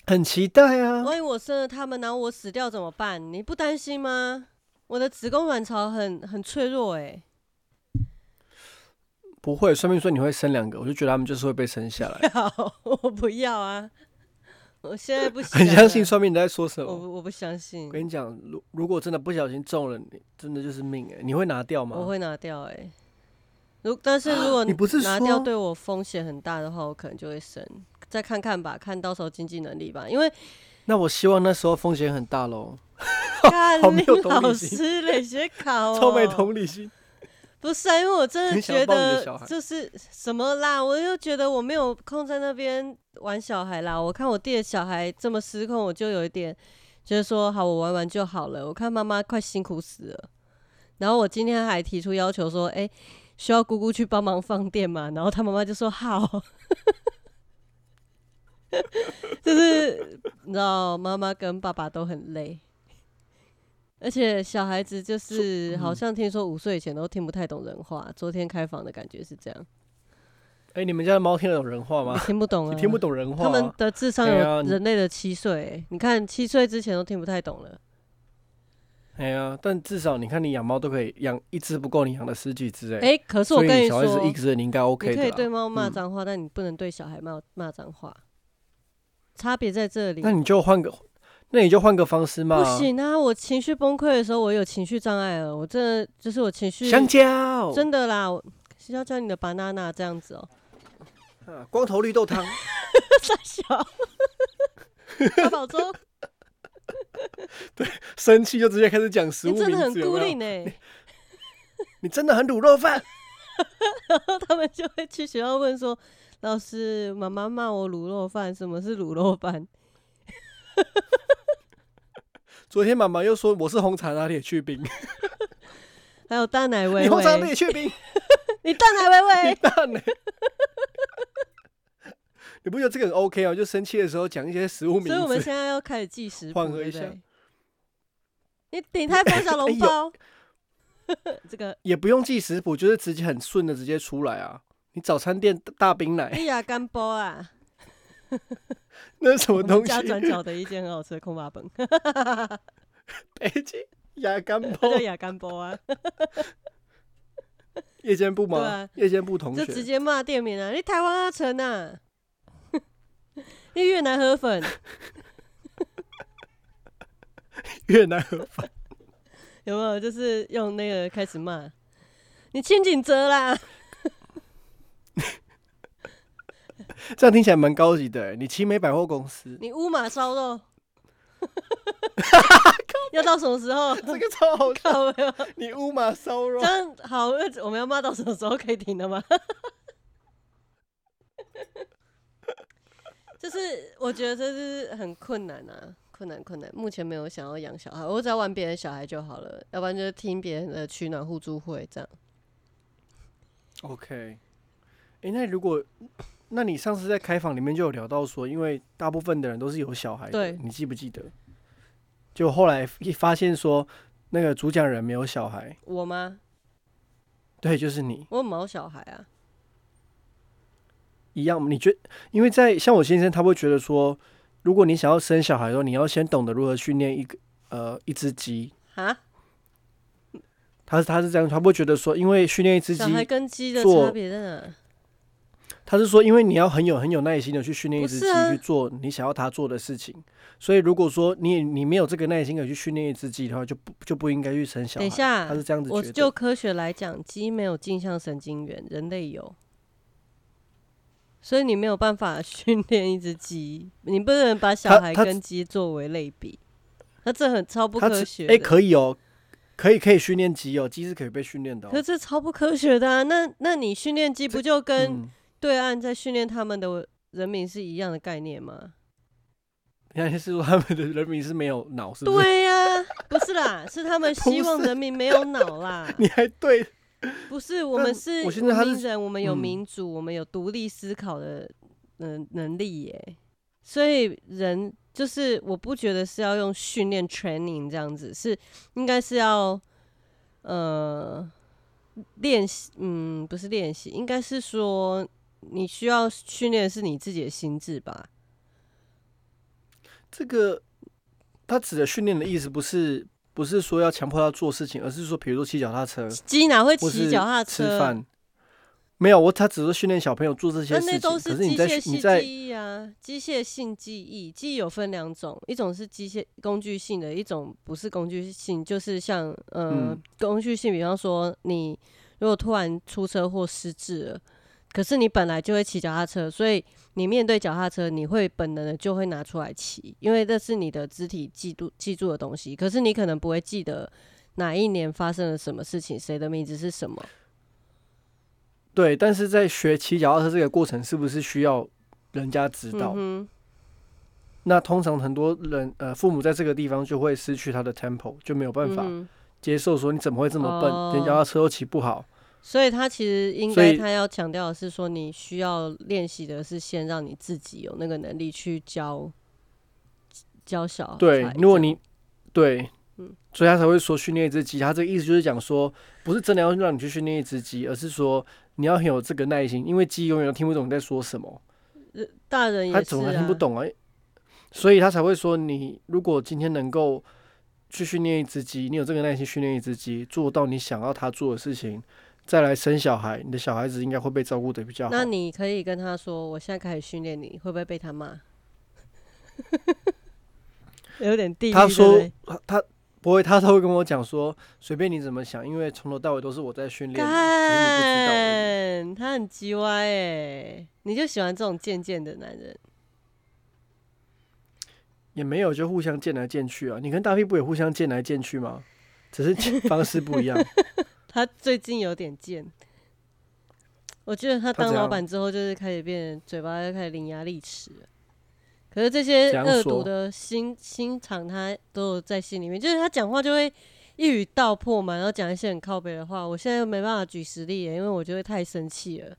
[SPEAKER 1] 很期待啊。
[SPEAKER 2] 万一我生了他们，然后我死掉怎么办？你不担心吗？我的子宫卵巢很很脆弱哎、
[SPEAKER 1] 不会，算命说你会生两个，我就觉得他们就是会被生下
[SPEAKER 2] *laughs*
[SPEAKER 1] 来。
[SPEAKER 2] 要，我不要啊！ *laughs* 我现在不
[SPEAKER 1] 很
[SPEAKER 2] 想
[SPEAKER 1] 相信
[SPEAKER 2] 了，
[SPEAKER 1] 算命你在说什
[SPEAKER 2] 啊我
[SPEAKER 1] 么。
[SPEAKER 2] 不我不相信
[SPEAKER 1] 我，跟你讲，如如果真的不小心中了，你真的就是命哎、你会拿掉吗？
[SPEAKER 2] 我会拿掉哎、如但是如果
[SPEAKER 1] 你不是
[SPEAKER 2] 拿掉
[SPEAKER 1] 说
[SPEAKER 2] 对我风险很大的话，我可能就会生，再看看吧，看到时候经济能力吧。因为
[SPEAKER 1] 那我希望那时候风险很大喽，
[SPEAKER 2] 看
[SPEAKER 1] *laughs* 好没有
[SPEAKER 2] 林
[SPEAKER 1] 同理
[SPEAKER 2] 老
[SPEAKER 1] 心
[SPEAKER 2] 师嘞，写考
[SPEAKER 1] *laughs* 超没
[SPEAKER 2] 哦
[SPEAKER 1] 同理心。
[SPEAKER 2] 不是啊，因为我真的
[SPEAKER 1] 很想
[SPEAKER 2] 觉
[SPEAKER 1] 抱你的
[SPEAKER 2] 得
[SPEAKER 1] 小孩
[SPEAKER 2] 就是什么啦，我又觉得我没有空在那边玩小孩啦。我看我弟的小孩这么失控，我就有一点觉得说，好，我玩玩就好了。我看妈妈快辛苦死了。然后我今天还提出要求说，哎、需要姑姑去帮忙放电嘛？然后他妈妈就说好， *laughs* 就是你知道，妈妈跟爸爸都很累。而且小孩子就是
[SPEAKER 1] 嗯
[SPEAKER 2] 好像听说五岁以前都听不太懂人话，昨天开房的感觉是这样，
[SPEAKER 1] 哎、你们家的猫听得懂人话
[SPEAKER 2] *laughs*
[SPEAKER 1] 吗？
[SPEAKER 2] 听不懂啊，
[SPEAKER 1] 你听不懂人话、
[SPEAKER 2] 他们的智商
[SPEAKER 1] 对
[SPEAKER 2] 有
[SPEAKER 1] 啊你
[SPEAKER 2] 人类的七岁欸、你看七岁之前都听不太懂了。
[SPEAKER 1] 哎呀，但至少你看，你养猫都可以养一只不够，你养了十几只哎、
[SPEAKER 2] 哎、可是我
[SPEAKER 1] 所以
[SPEAKER 2] 跟
[SPEAKER 1] 你小
[SPEAKER 2] 说，
[SPEAKER 1] 孩子一只，你应该 OK
[SPEAKER 2] 你可以
[SPEAKER 1] 的
[SPEAKER 2] 对
[SPEAKER 1] 啦。
[SPEAKER 2] 猫骂
[SPEAKER 1] 嗯
[SPEAKER 2] 脏话，但你不能对小孩骂骂脏话，差别在这里。
[SPEAKER 1] 那你就换个，那你就换个方式嘛。
[SPEAKER 2] 不，行啊！我情绪崩溃的时候，我有情绪障碍了，我真的就是我情绪
[SPEAKER 1] 香蕉，
[SPEAKER 2] 真的啦，我是要叫你的 banana 这样子哦、
[SPEAKER 1] 啊光头绿豆
[SPEAKER 2] *laughs*
[SPEAKER 1] 汤，
[SPEAKER 2] 傻 *laughs* 笑，小宝粥，
[SPEAKER 1] 生气就直接开始讲食物
[SPEAKER 2] 你欸真的
[SPEAKER 1] 名
[SPEAKER 2] 很
[SPEAKER 1] 字，有
[SPEAKER 2] 孤
[SPEAKER 1] 没
[SPEAKER 2] 立
[SPEAKER 1] 有？
[SPEAKER 2] 呢、
[SPEAKER 1] *laughs* 你真的很卤肉饭。
[SPEAKER 2] 然后 *laughs* 他们就会去学校问说：“老师，妈妈骂我卤肉饭，什么是卤肉饭
[SPEAKER 1] 昨天妈妈又说我是红茶拿铁去冰，？”
[SPEAKER 2] 还有大
[SPEAKER 1] *laughs*
[SPEAKER 2] 奶
[SPEAKER 1] 你
[SPEAKER 2] 微
[SPEAKER 1] 红
[SPEAKER 2] 微
[SPEAKER 1] 茶拿，铁去冰，
[SPEAKER 2] 你大奶
[SPEAKER 1] *laughs*
[SPEAKER 2] 微
[SPEAKER 1] 你
[SPEAKER 2] 微，
[SPEAKER 1] 大呢？你不觉得这个很 OK 哦？就生气的时候讲一些食物名
[SPEAKER 2] 所以我们
[SPEAKER 1] 字，
[SPEAKER 2] 现在要开始记食谱，
[SPEAKER 1] 缓和
[SPEAKER 2] 对
[SPEAKER 1] 一
[SPEAKER 2] 不
[SPEAKER 1] 下
[SPEAKER 2] 对？你鼎泰丰小笼
[SPEAKER 1] *laughs*
[SPEAKER 2] 包， *laughs* 这个
[SPEAKER 1] 也不用记食谱，就是直接很顺的直接出来啊。你早餐店大大冰奶
[SPEAKER 2] 利亚干包
[SPEAKER 1] *laughs*
[SPEAKER 2] 啊，
[SPEAKER 1] 那是什么
[SPEAKER 2] 我们
[SPEAKER 1] 东西
[SPEAKER 2] 家？转角的一间很好吃的空巴本，
[SPEAKER 1] *laughs*
[SPEAKER 2] *laughs*
[SPEAKER 1] 北京牙干包
[SPEAKER 2] 它叫亚干包啊，
[SPEAKER 1] 夜间部
[SPEAKER 2] 对
[SPEAKER 1] 吗
[SPEAKER 2] 啊？
[SPEAKER 1] 夜间部 *laughs* 同
[SPEAKER 2] 就直
[SPEAKER 1] 学，
[SPEAKER 2] 接骂店名啊，你台湾阿成啊， *laughs* 你越南河粉，
[SPEAKER 1] *laughs* 越南河粉，
[SPEAKER 2] 有没有？就是用那个开始骂你清景泽啦，
[SPEAKER 1] 这样听起来蛮高级的欸。你奇美百货公司，
[SPEAKER 2] 你乌马烧肉，要到什么时候？
[SPEAKER 1] *laughs*
[SPEAKER 2] *laughs*
[SPEAKER 1] 这个超好笑。
[SPEAKER 2] 靠没有，
[SPEAKER 1] 你乌马烧肉
[SPEAKER 2] 这，样好，我们要骂到什么时候可以停了吗？ *laughs* 就是我觉得这是很困难啊，困难困难。目前没有想要养小孩，我只要玩别人小孩就好了，要不然就是听别人的取暖互助会这样。
[SPEAKER 1] OK，哎、那如果，那你上次在开房里面就有聊到说，因为大部分的人都是有小孩的，
[SPEAKER 2] 对
[SPEAKER 1] 你记不记得？就后来一发现说，那个主讲人没有小孩，
[SPEAKER 2] 我吗？
[SPEAKER 1] 对，就是你
[SPEAKER 2] 我有毛小孩啊，
[SPEAKER 1] 一样。你觉，因为在像我先生，他会觉得说，如果你想要生小孩的时候，你要先懂得如何训练一个呃一只鸡。
[SPEAKER 2] 哈，
[SPEAKER 1] 他是他是这样，他会觉得说，因为训练一只
[SPEAKER 2] 小
[SPEAKER 1] 鸡，
[SPEAKER 2] 孩跟鸡的
[SPEAKER 1] 做
[SPEAKER 2] 差别在哪？
[SPEAKER 1] 他是说，因为你要很有很有耐心的去训练一
[SPEAKER 2] 不
[SPEAKER 1] 只
[SPEAKER 2] 是
[SPEAKER 1] 鸡
[SPEAKER 2] 啊
[SPEAKER 1] 去做你想要它做的事情，所以如果说你你没有这个耐心的去训练一只鸡的话，就不就不应该去生小孩。
[SPEAKER 2] 等一下
[SPEAKER 1] 他是这样子
[SPEAKER 2] 我
[SPEAKER 1] 觉
[SPEAKER 2] 就
[SPEAKER 1] 得。
[SPEAKER 2] 科学来讲，鸡没有镜像神经元，人类有，所以你没有办法 *laughs* 训练一只鸡，你不能把小
[SPEAKER 1] 它
[SPEAKER 2] 孩
[SPEAKER 1] 它
[SPEAKER 2] 跟鸡作为类比，那这很超不
[SPEAKER 1] 他
[SPEAKER 2] 科
[SPEAKER 1] 只
[SPEAKER 2] 学
[SPEAKER 1] 哎、
[SPEAKER 2] 的。
[SPEAKER 1] 可以哦，可以可以训练鸡哦，鸡是可以被训练的、哦。
[SPEAKER 2] 可是这超不科学的啊！那那你训练鸡
[SPEAKER 1] 这
[SPEAKER 2] 不就跟
[SPEAKER 1] 嗯， *laughs*
[SPEAKER 2] 对岸在训练他们的人民是一样的概念吗？
[SPEAKER 1] 你看是说他们的人民是没有脑，是不是？
[SPEAKER 2] 对啊呀、不是啦，是他们
[SPEAKER 1] 不
[SPEAKER 2] 希望
[SPEAKER 1] 是
[SPEAKER 2] 人民没有
[SPEAKER 1] *laughs*
[SPEAKER 2] 脑啦。
[SPEAKER 1] 你还对
[SPEAKER 2] 不是，我
[SPEAKER 1] 但
[SPEAKER 2] 们是
[SPEAKER 1] 我现在他
[SPEAKER 2] 文
[SPEAKER 1] 是
[SPEAKER 2] 明人，我们有
[SPEAKER 1] 嗯
[SPEAKER 2] 民主，我们有独立思考的嗯、呃能力耶。所以人就是我不觉得是要用训练 training 这样子，是应该是要呃练习，嗯，不是练习，应该是说你需要训练的是你自己的心智吧？
[SPEAKER 1] 这个，他指的训练的意思不是不是说要强迫他做事情，而是说，比如说骑脚踏车，
[SPEAKER 2] 鸡哪会
[SPEAKER 1] 或是
[SPEAKER 2] 骑脚踏
[SPEAKER 1] 吃
[SPEAKER 2] 车？
[SPEAKER 1] 饭。没有，我他只是训练小朋友做这些
[SPEAKER 2] 那
[SPEAKER 1] 事
[SPEAKER 2] 那
[SPEAKER 1] 情。
[SPEAKER 2] 都
[SPEAKER 1] 可是
[SPEAKER 2] 机
[SPEAKER 1] 你在
[SPEAKER 2] 械
[SPEAKER 1] 你
[SPEAKER 2] 性
[SPEAKER 1] 在
[SPEAKER 2] 记忆啊，机械性记忆，记忆有分两种，一种是机械工具性的，一种不是工具性，就是像呃、
[SPEAKER 1] 嗯
[SPEAKER 2] 工具性，比方说你如果突然出车祸失智了，可是你本来就会骑脚踏车，所以你面对脚踏车，你会本能的就会拿出来骑，因为这是你的肢体记住记住的东西，可是你可能不会记得哪一年发生了什么事情，谁的名字是什么。
[SPEAKER 1] 对，但是在学骑脚踏车这个过程，是不是需要人家指导？
[SPEAKER 2] 嗯
[SPEAKER 1] 那通常很多人呃，父母在这个地方就会失去他的 tempo，就没有
[SPEAKER 2] 哼，
[SPEAKER 1] 办法
[SPEAKER 2] 嗯哼
[SPEAKER 1] 接受说你怎么会这么笨，连脚
[SPEAKER 2] 哦
[SPEAKER 1] 踏车都骑不好。
[SPEAKER 2] 所以他其实应
[SPEAKER 1] 所
[SPEAKER 2] 该
[SPEAKER 1] 以
[SPEAKER 2] 他要强调的是说，你需要练习的是先让你自己有那个能力去教教小孩。
[SPEAKER 1] 对，如果
[SPEAKER 2] 这样
[SPEAKER 1] 你对，
[SPEAKER 2] 嗯
[SPEAKER 1] 所以他才会说训练一只鸡。他这个意思就是讲说，不是真的要让你去训练一只鸡，而是说你要很有这个耐心，因为鸡永远听不懂你在说什么，
[SPEAKER 2] 大人也是、
[SPEAKER 1] 它
[SPEAKER 2] 啊、
[SPEAKER 1] 总还听不懂啊，所以他才会说，你如果今天能够去训练一只鸡，你有这个耐心训练一只鸡，做到你想要它做的事情，再来生小孩，你的小孩子应该会被照顾的比较好。
[SPEAKER 2] 那你可以跟他说，我现在开始训练你，会不会被他骂？ *laughs* 有点地狱。
[SPEAKER 1] 他
[SPEAKER 2] 对不
[SPEAKER 1] 说
[SPEAKER 2] 对
[SPEAKER 1] 他他不会，他都会跟我讲说，随便你怎么想，因为从头到尾都是我在训练你，只是你不知道而已。
[SPEAKER 2] 干，他很鸡歪哎，你就喜欢这种贱贱的男人。
[SPEAKER 1] 也没有，就互相见来见去啊。你跟大屁不也互相见来见去吗？只是见 *laughs* 方式不一样。
[SPEAKER 2] 他最近有点贱。我觉得他
[SPEAKER 1] 他
[SPEAKER 2] 当
[SPEAKER 1] 怎
[SPEAKER 2] 老
[SPEAKER 1] 样
[SPEAKER 2] 板之后，就是开始变得嘴巴就开始伶牙俐齿了。可是这些
[SPEAKER 1] 怎样
[SPEAKER 2] 恶
[SPEAKER 1] 说
[SPEAKER 2] 毒的心心肠，他都有在心里面，就是他讲话就会一语道破嘛，然后讲一些很靠北的话。我现在又没办法举实例耶，因为我就会太生气了。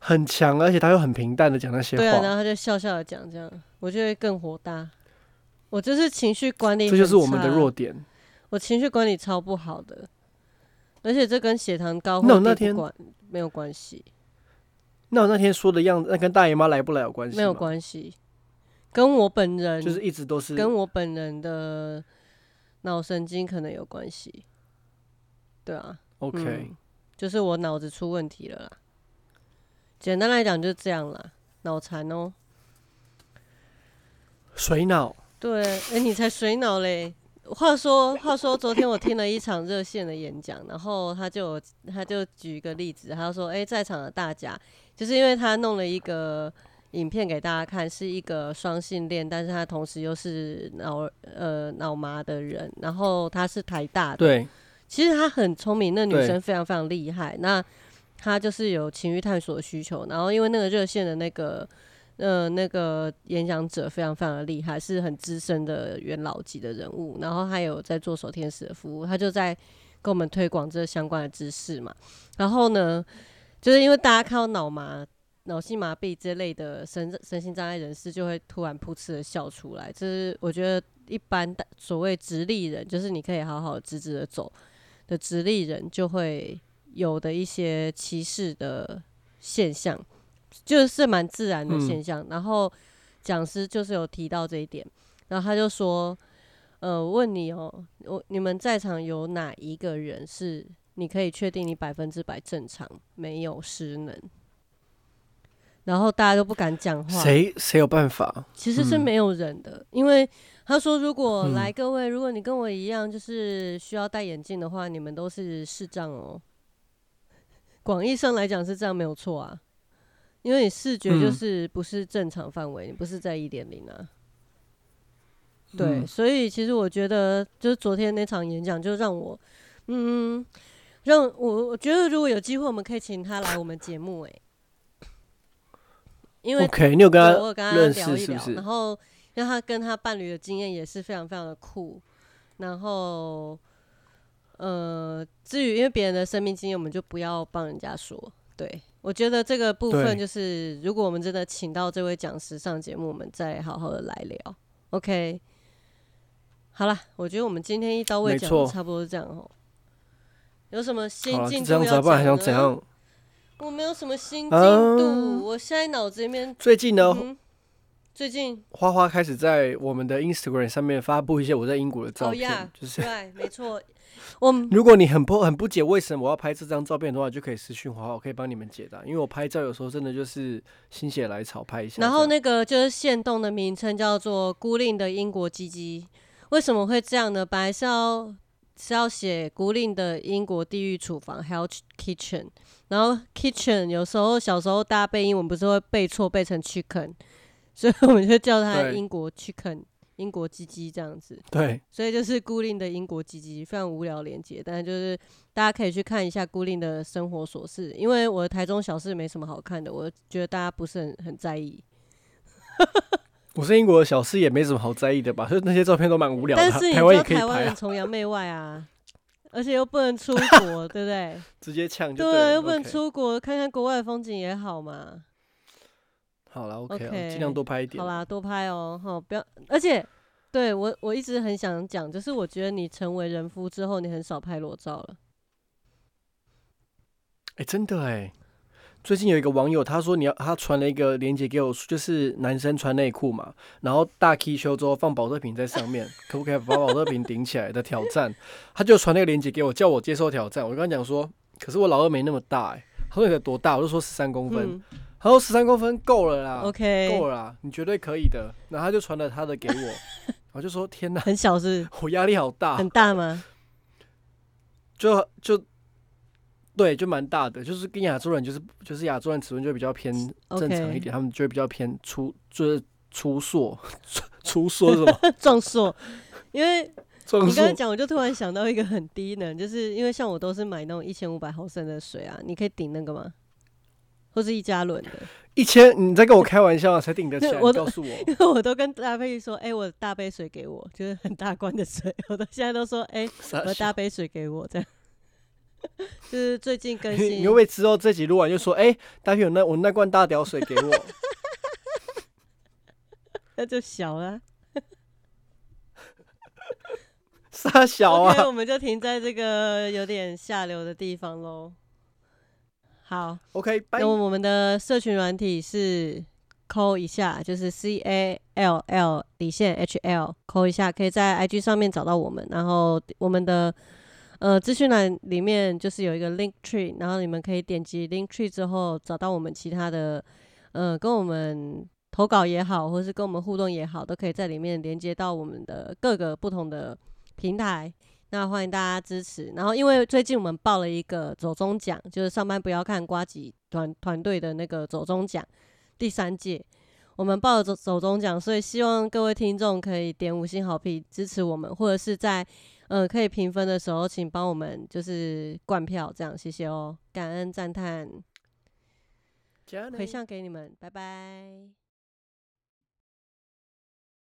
[SPEAKER 1] 很强，而且他又很平淡的讲那些
[SPEAKER 2] 对啊，
[SPEAKER 1] 话，
[SPEAKER 2] 然后他就笑笑的讲这样，我就会更火大。我就是情绪管理，
[SPEAKER 1] 这就是我们的弱。点。
[SPEAKER 2] 我情绪管理超不好的，而且这跟血糖高或
[SPEAKER 1] 那我
[SPEAKER 2] 低
[SPEAKER 1] 那
[SPEAKER 2] 不
[SPEAKER 1] 天
[SPEAKER 2] 管没有关系。
[SPEAKER 1] 那我那天说的样子，那跟大姨妈来不来有关系？
[SPEAKER 2] 没有，关系，跟我本人
[SPEAKER 1] 就是一直都是。
[SPEAKER 2] 跟我本人的脑神经可能有关系，对啊
[SPEAKER 1] OK，、
[SPEAKER 2] 嗯就是我脑子出问题了啦。简单来讲就这样啦，脑残哦。
[SPEAKER 1] 水脑
[SPEAKER 2] 对，哎、你才水脑嘞。话说，话说，昨天我听了一场热线的演讲，然后他就有他就举一个例子，他就说，哎、在场的大家，就是因为他弄了一个影片给大家看，是一个双性恋，但是他同时又是脑呃脑麻的人，然后他是台大的，
[SPEAKER 1] 对，
[SPEAKER 2] 其实她很聪明，那女
[SPEAKER 1] 对
[SPEAKER 2] 生非常非常厉害。那她就是有情欲探索的需求，然后因为那个热线的那个呃那个演讲者非常非常的厉害，是很资深的元老级的人物，然后她有在做守天使的服务，她就在跟我们推广这相关的知识嘛。然后呢，就是因为大家看到脑麻。脑性麻痹这类的身身心障碍人士就会突然噗嗤的笑出来，这是我觉得一般的所谓直立人，就是你可以好好直直的走，的直立人就会有的一些歧视的现象，就是蛮自然的
[SPEAKER 1] 嗯
[SPEAKER 2] 现象。然后讲师就是有提到这一点，然后他就说：“呃，问你哦、我你们在场有哪一个人是你可以确定你百分之百正常，没有失能？”然后大家都不敢讲话。
[SPEAKER 1] 谁谁有办法？
[SPEAKER 2] 其实是没有人的，因为他说，如果
[SPEAKER 1] 嗯
[SPEAKER 2] 来各位，如果你跟我一样就是需要戴眼镜的话，你们都是视障哦。广义上来讲是这样，没有错啊，因为你视觉就
[SPEAKER 1] 嗯
[SPEAKER 2] 是不是正常范围，你不是在一点零啊。对，
[SPEAKER 1] 嗯
[SPEAKER 2] 所以其实我觉得，就是昨天那场演讲，就让我，嗯，让我我觉得如果有机会，我们可以请他来我们节目、欸，因为
[SPEAKER 1] OK，你有跟
[SPEAKER 2] 对
[SPEAKER 1] 他
[SPEAKER 2] 我有跟他
[SPEAKER 1] 啊认
[SPEAKER 2] 聊
[SPEAKER 1] 识
[SPEAKER 2] 一
[SPEAKER 1] 是不
[SPEAKER 2] 聊，
[SPEAKER 1] 是
[SPEAKER 2] 然后让他跟他伴侣的经验也是非常非常的酷。然后，呃，至于因为别人的生命经验，我们就不要帮人家说。对我觉得这个部分
[SPEAKER 1] 对
[SPEAKER 2] 就是，如果我们真的请到这位讲师上节目，我们再好好的来聊。OK，好啦，我觉得我们今天一刀未
[SPEAKER 1] 没
[SPEAKER 2] 讲，
[SPEAKER 1] 错
[SPEAKER 2] 差不多是这样哦。有什么新
[SPEAKER 1] 好了，
[SPEAKER 2] 进
[SPEAKER 1] 就
[SPEAKER 2] 度
[SPEAKER 1] 这样子
[SPEAKER 2] 要
[SPEAKER 1] 啊，不然还
[SPEAKER 2] 讲
[SPEAKER 1] 想怎
[SPEAKER 2] 呢？
[SPEAKER 1] 样？
[SPEAKER 2] 我没有什么新进
[SPEAKER 1] 啊
[SPEAKER 2] 度，我现在脑子里面
[SPEAKER 1] 最近呢，
[SPEAKER 2] 嗯，最近
[SPEAKER 1] 花花开始在我们的 Instagram 上面发布一些我在英国的照
[SPEAKER 2] 哦
[SPEAKER 1] 片
[SPEAKER 2] 呀，
[SPEAKER 1] 就是
[SPEAKER 2] 对，没错，
[SPEAKER 1] *laughs*
[SPEAKER 2] 我们
[SPEAKER 1] 如果你很不很不解为什么我要拍这张照片的话，就可以私讯花花，我可以帮你们解答。因为我拍照有时候真的就是心血来潮拍一下。
[SPEAKER 2] 然后？那个就是线动的名称叫做“孤令的英国鸡鸡”，为什么会这样呢？本来是要是要写“孤令的英国地狱厨房 ”（Hell Kitchen），然后 “kitchen” 有时候小时候大家背英文不是会背错，背成 “chicken”，所以我们就叫它
[SPEAKER 1] 对
[SPEAKER 2] 英国 “chicken”、英国鸡鸡这样子。
[SPEAKER 1] 对，
[SPEAKER 2] 所以就是孤令的英国基基，非常无聊连接，但是就是大家可以去看一下孤令的生活琐事，因为我的台中小事没什么好看的，我觉得大家不是很很在意。
[SPEAKER 1] 我是英国的小事，也没什么好在意的吧？就是那些照片都蛮无聊的
[SPEAKER 2] 但
[SPEAKER 1] 啊，
[SPEAKER 2] 是你知
[SPEAKER 1] 台湾
[SPEAKER 2] 道
[SPEAKER 1] 也可以
[SPEAKER 2] 台湾
[SPEAKER 1] 拍
[SPEAKER 2] 人
[SPEAKER 1] 啊，
[SPEAKER 2] 崇洋媚外啊，而且又不
[SPEAKER 1] *laughs*
[SPEAKER 2] 能出国，对不对？
[SPEAKER 1] 直接呛就
[SPEAKER 2] 对，
[SPEAKER 1] 了
[SPEAKER 2] 又不能
[SPEAKER 1] OK
[SPEAKER 2] 出国，看看国外的风景也好嘛。
[SPEAKER 1] 好了，OK，啊
[SPEAKER 2] OK
[SPEAKER 1] 尽量多拍一点
[SPEAKER 2] 好。啦，多拍哦，哈，不要，而且对我我一直很想讲，就是我觉得你成为人夫之后，你很少拍裸照了。
[SPEAKER 1] 哎、真的哎、最近有一个网友他说你要他传了一个链接给我，就是男生穿内裤嘛，然后大 T 修之后放保特瓶在上面，可不可以把保特瓶顶起来的挑战？他就传那个链接给我，叫我接受挑战。我就跟他讲说，可是我老二没那么大哎、他说你才多大？我就说十三公分。
[SPEAKER 2] 嗯
[SPEAKER 1] 他说十三公分够了啦
[SPEAKER 2] ，OK，
[SPEAKER 1] 够了啦，你绝对可以的。然后他就传了他的给
[SPEAKER 2] *laughs*
[SPEAKER 1] 我，我就说天哪，
[SPEAKER 2] 很小是
[SPEAKER 1] 我压力好大，
[SPEAKER 2] 很大吗？
[SPEAKER 1] 就就对，就蛮大的，就是跟亚洲人就是就是亚洲人尺寸就比较偏
[SPEAKER 2] OK
[SPEAKER 1] 正常一点他们就会比较偏粗，就是粗硕，粗粗硕是什么？ *laughs*
[SPEAKER 2] 壮硕，因为
[SPEAKER 1] 壮
[SPEAKER 2] 你刚才
[SPEAKER 1] 硕
[SPEAKER 2] 讲，我就突然想到一个很低能，就是因为像我都是买那种一千五百毫升的水啊，你可以顶那个吗？或是一加仑的？ *laughs*
[SPEAKER 1] 一千，你在跟我开玩笑啊？才顶得起来？
[SPEAKER 2] 我
[SPEAKER 1] 你
[SPEAKER 2] 的
[SPEAKER 1] 告诉我，
[SPEAKER 2] 因为我都跟大杯说，哎、我大杯水给我，就是很大罐的水， *laughs* 我都现在都说，哎、
[SPEAKER 1] 傻
[SPEAKER 2] *laughs* 我
[SPEAKER 1] 笑
[SPEAKER 2] 大杯水给我这样。 *laughs* 就是最近
[SPEAKER 1] *laughs*
[SPEAKER 2] 更
[SPEAKER 1] 你
[SPEAKER 2] 新
[SPEAKER 1] 你会不，会之后这集录完就说，哎、大飞有那我那罐大屌水给我？ *laughs*
[SPEAKER 2] 那就小啊了。
[SPEAKER 1] 傻小啊
[SPEAKER 2] *laughs* OK，我们就停在这个有点下流的地方喽。好，
[SPEAKER 1] ，OK，拜
[SPEAKER 2] 那。我们的社群软体是扣一下，就是 C A L L 底线 H L 扣一下，可以在 IG 上面找到我们。然后我们的呃资讯栏里面就是有一个 Link Tree，然后你们可以点击 Link Tree 之后找到我们其他的呃跟我们投稿也好，或是跟我们互动也好，都可以在里面连接到我们的各个不同的平台。那欢迎大家支持。然后，因为最近我们报了一个走中奖，就是上班不要看瓜吉团团队的那个走中奖第三届，我们报了走走中奖，所以希望各位听众可以点五星好评支持我们，或者是在呃可以评分的时候，请帮我们就是灌票，这样谢谢哦，感恩赞叹，回向给你们，拜拜。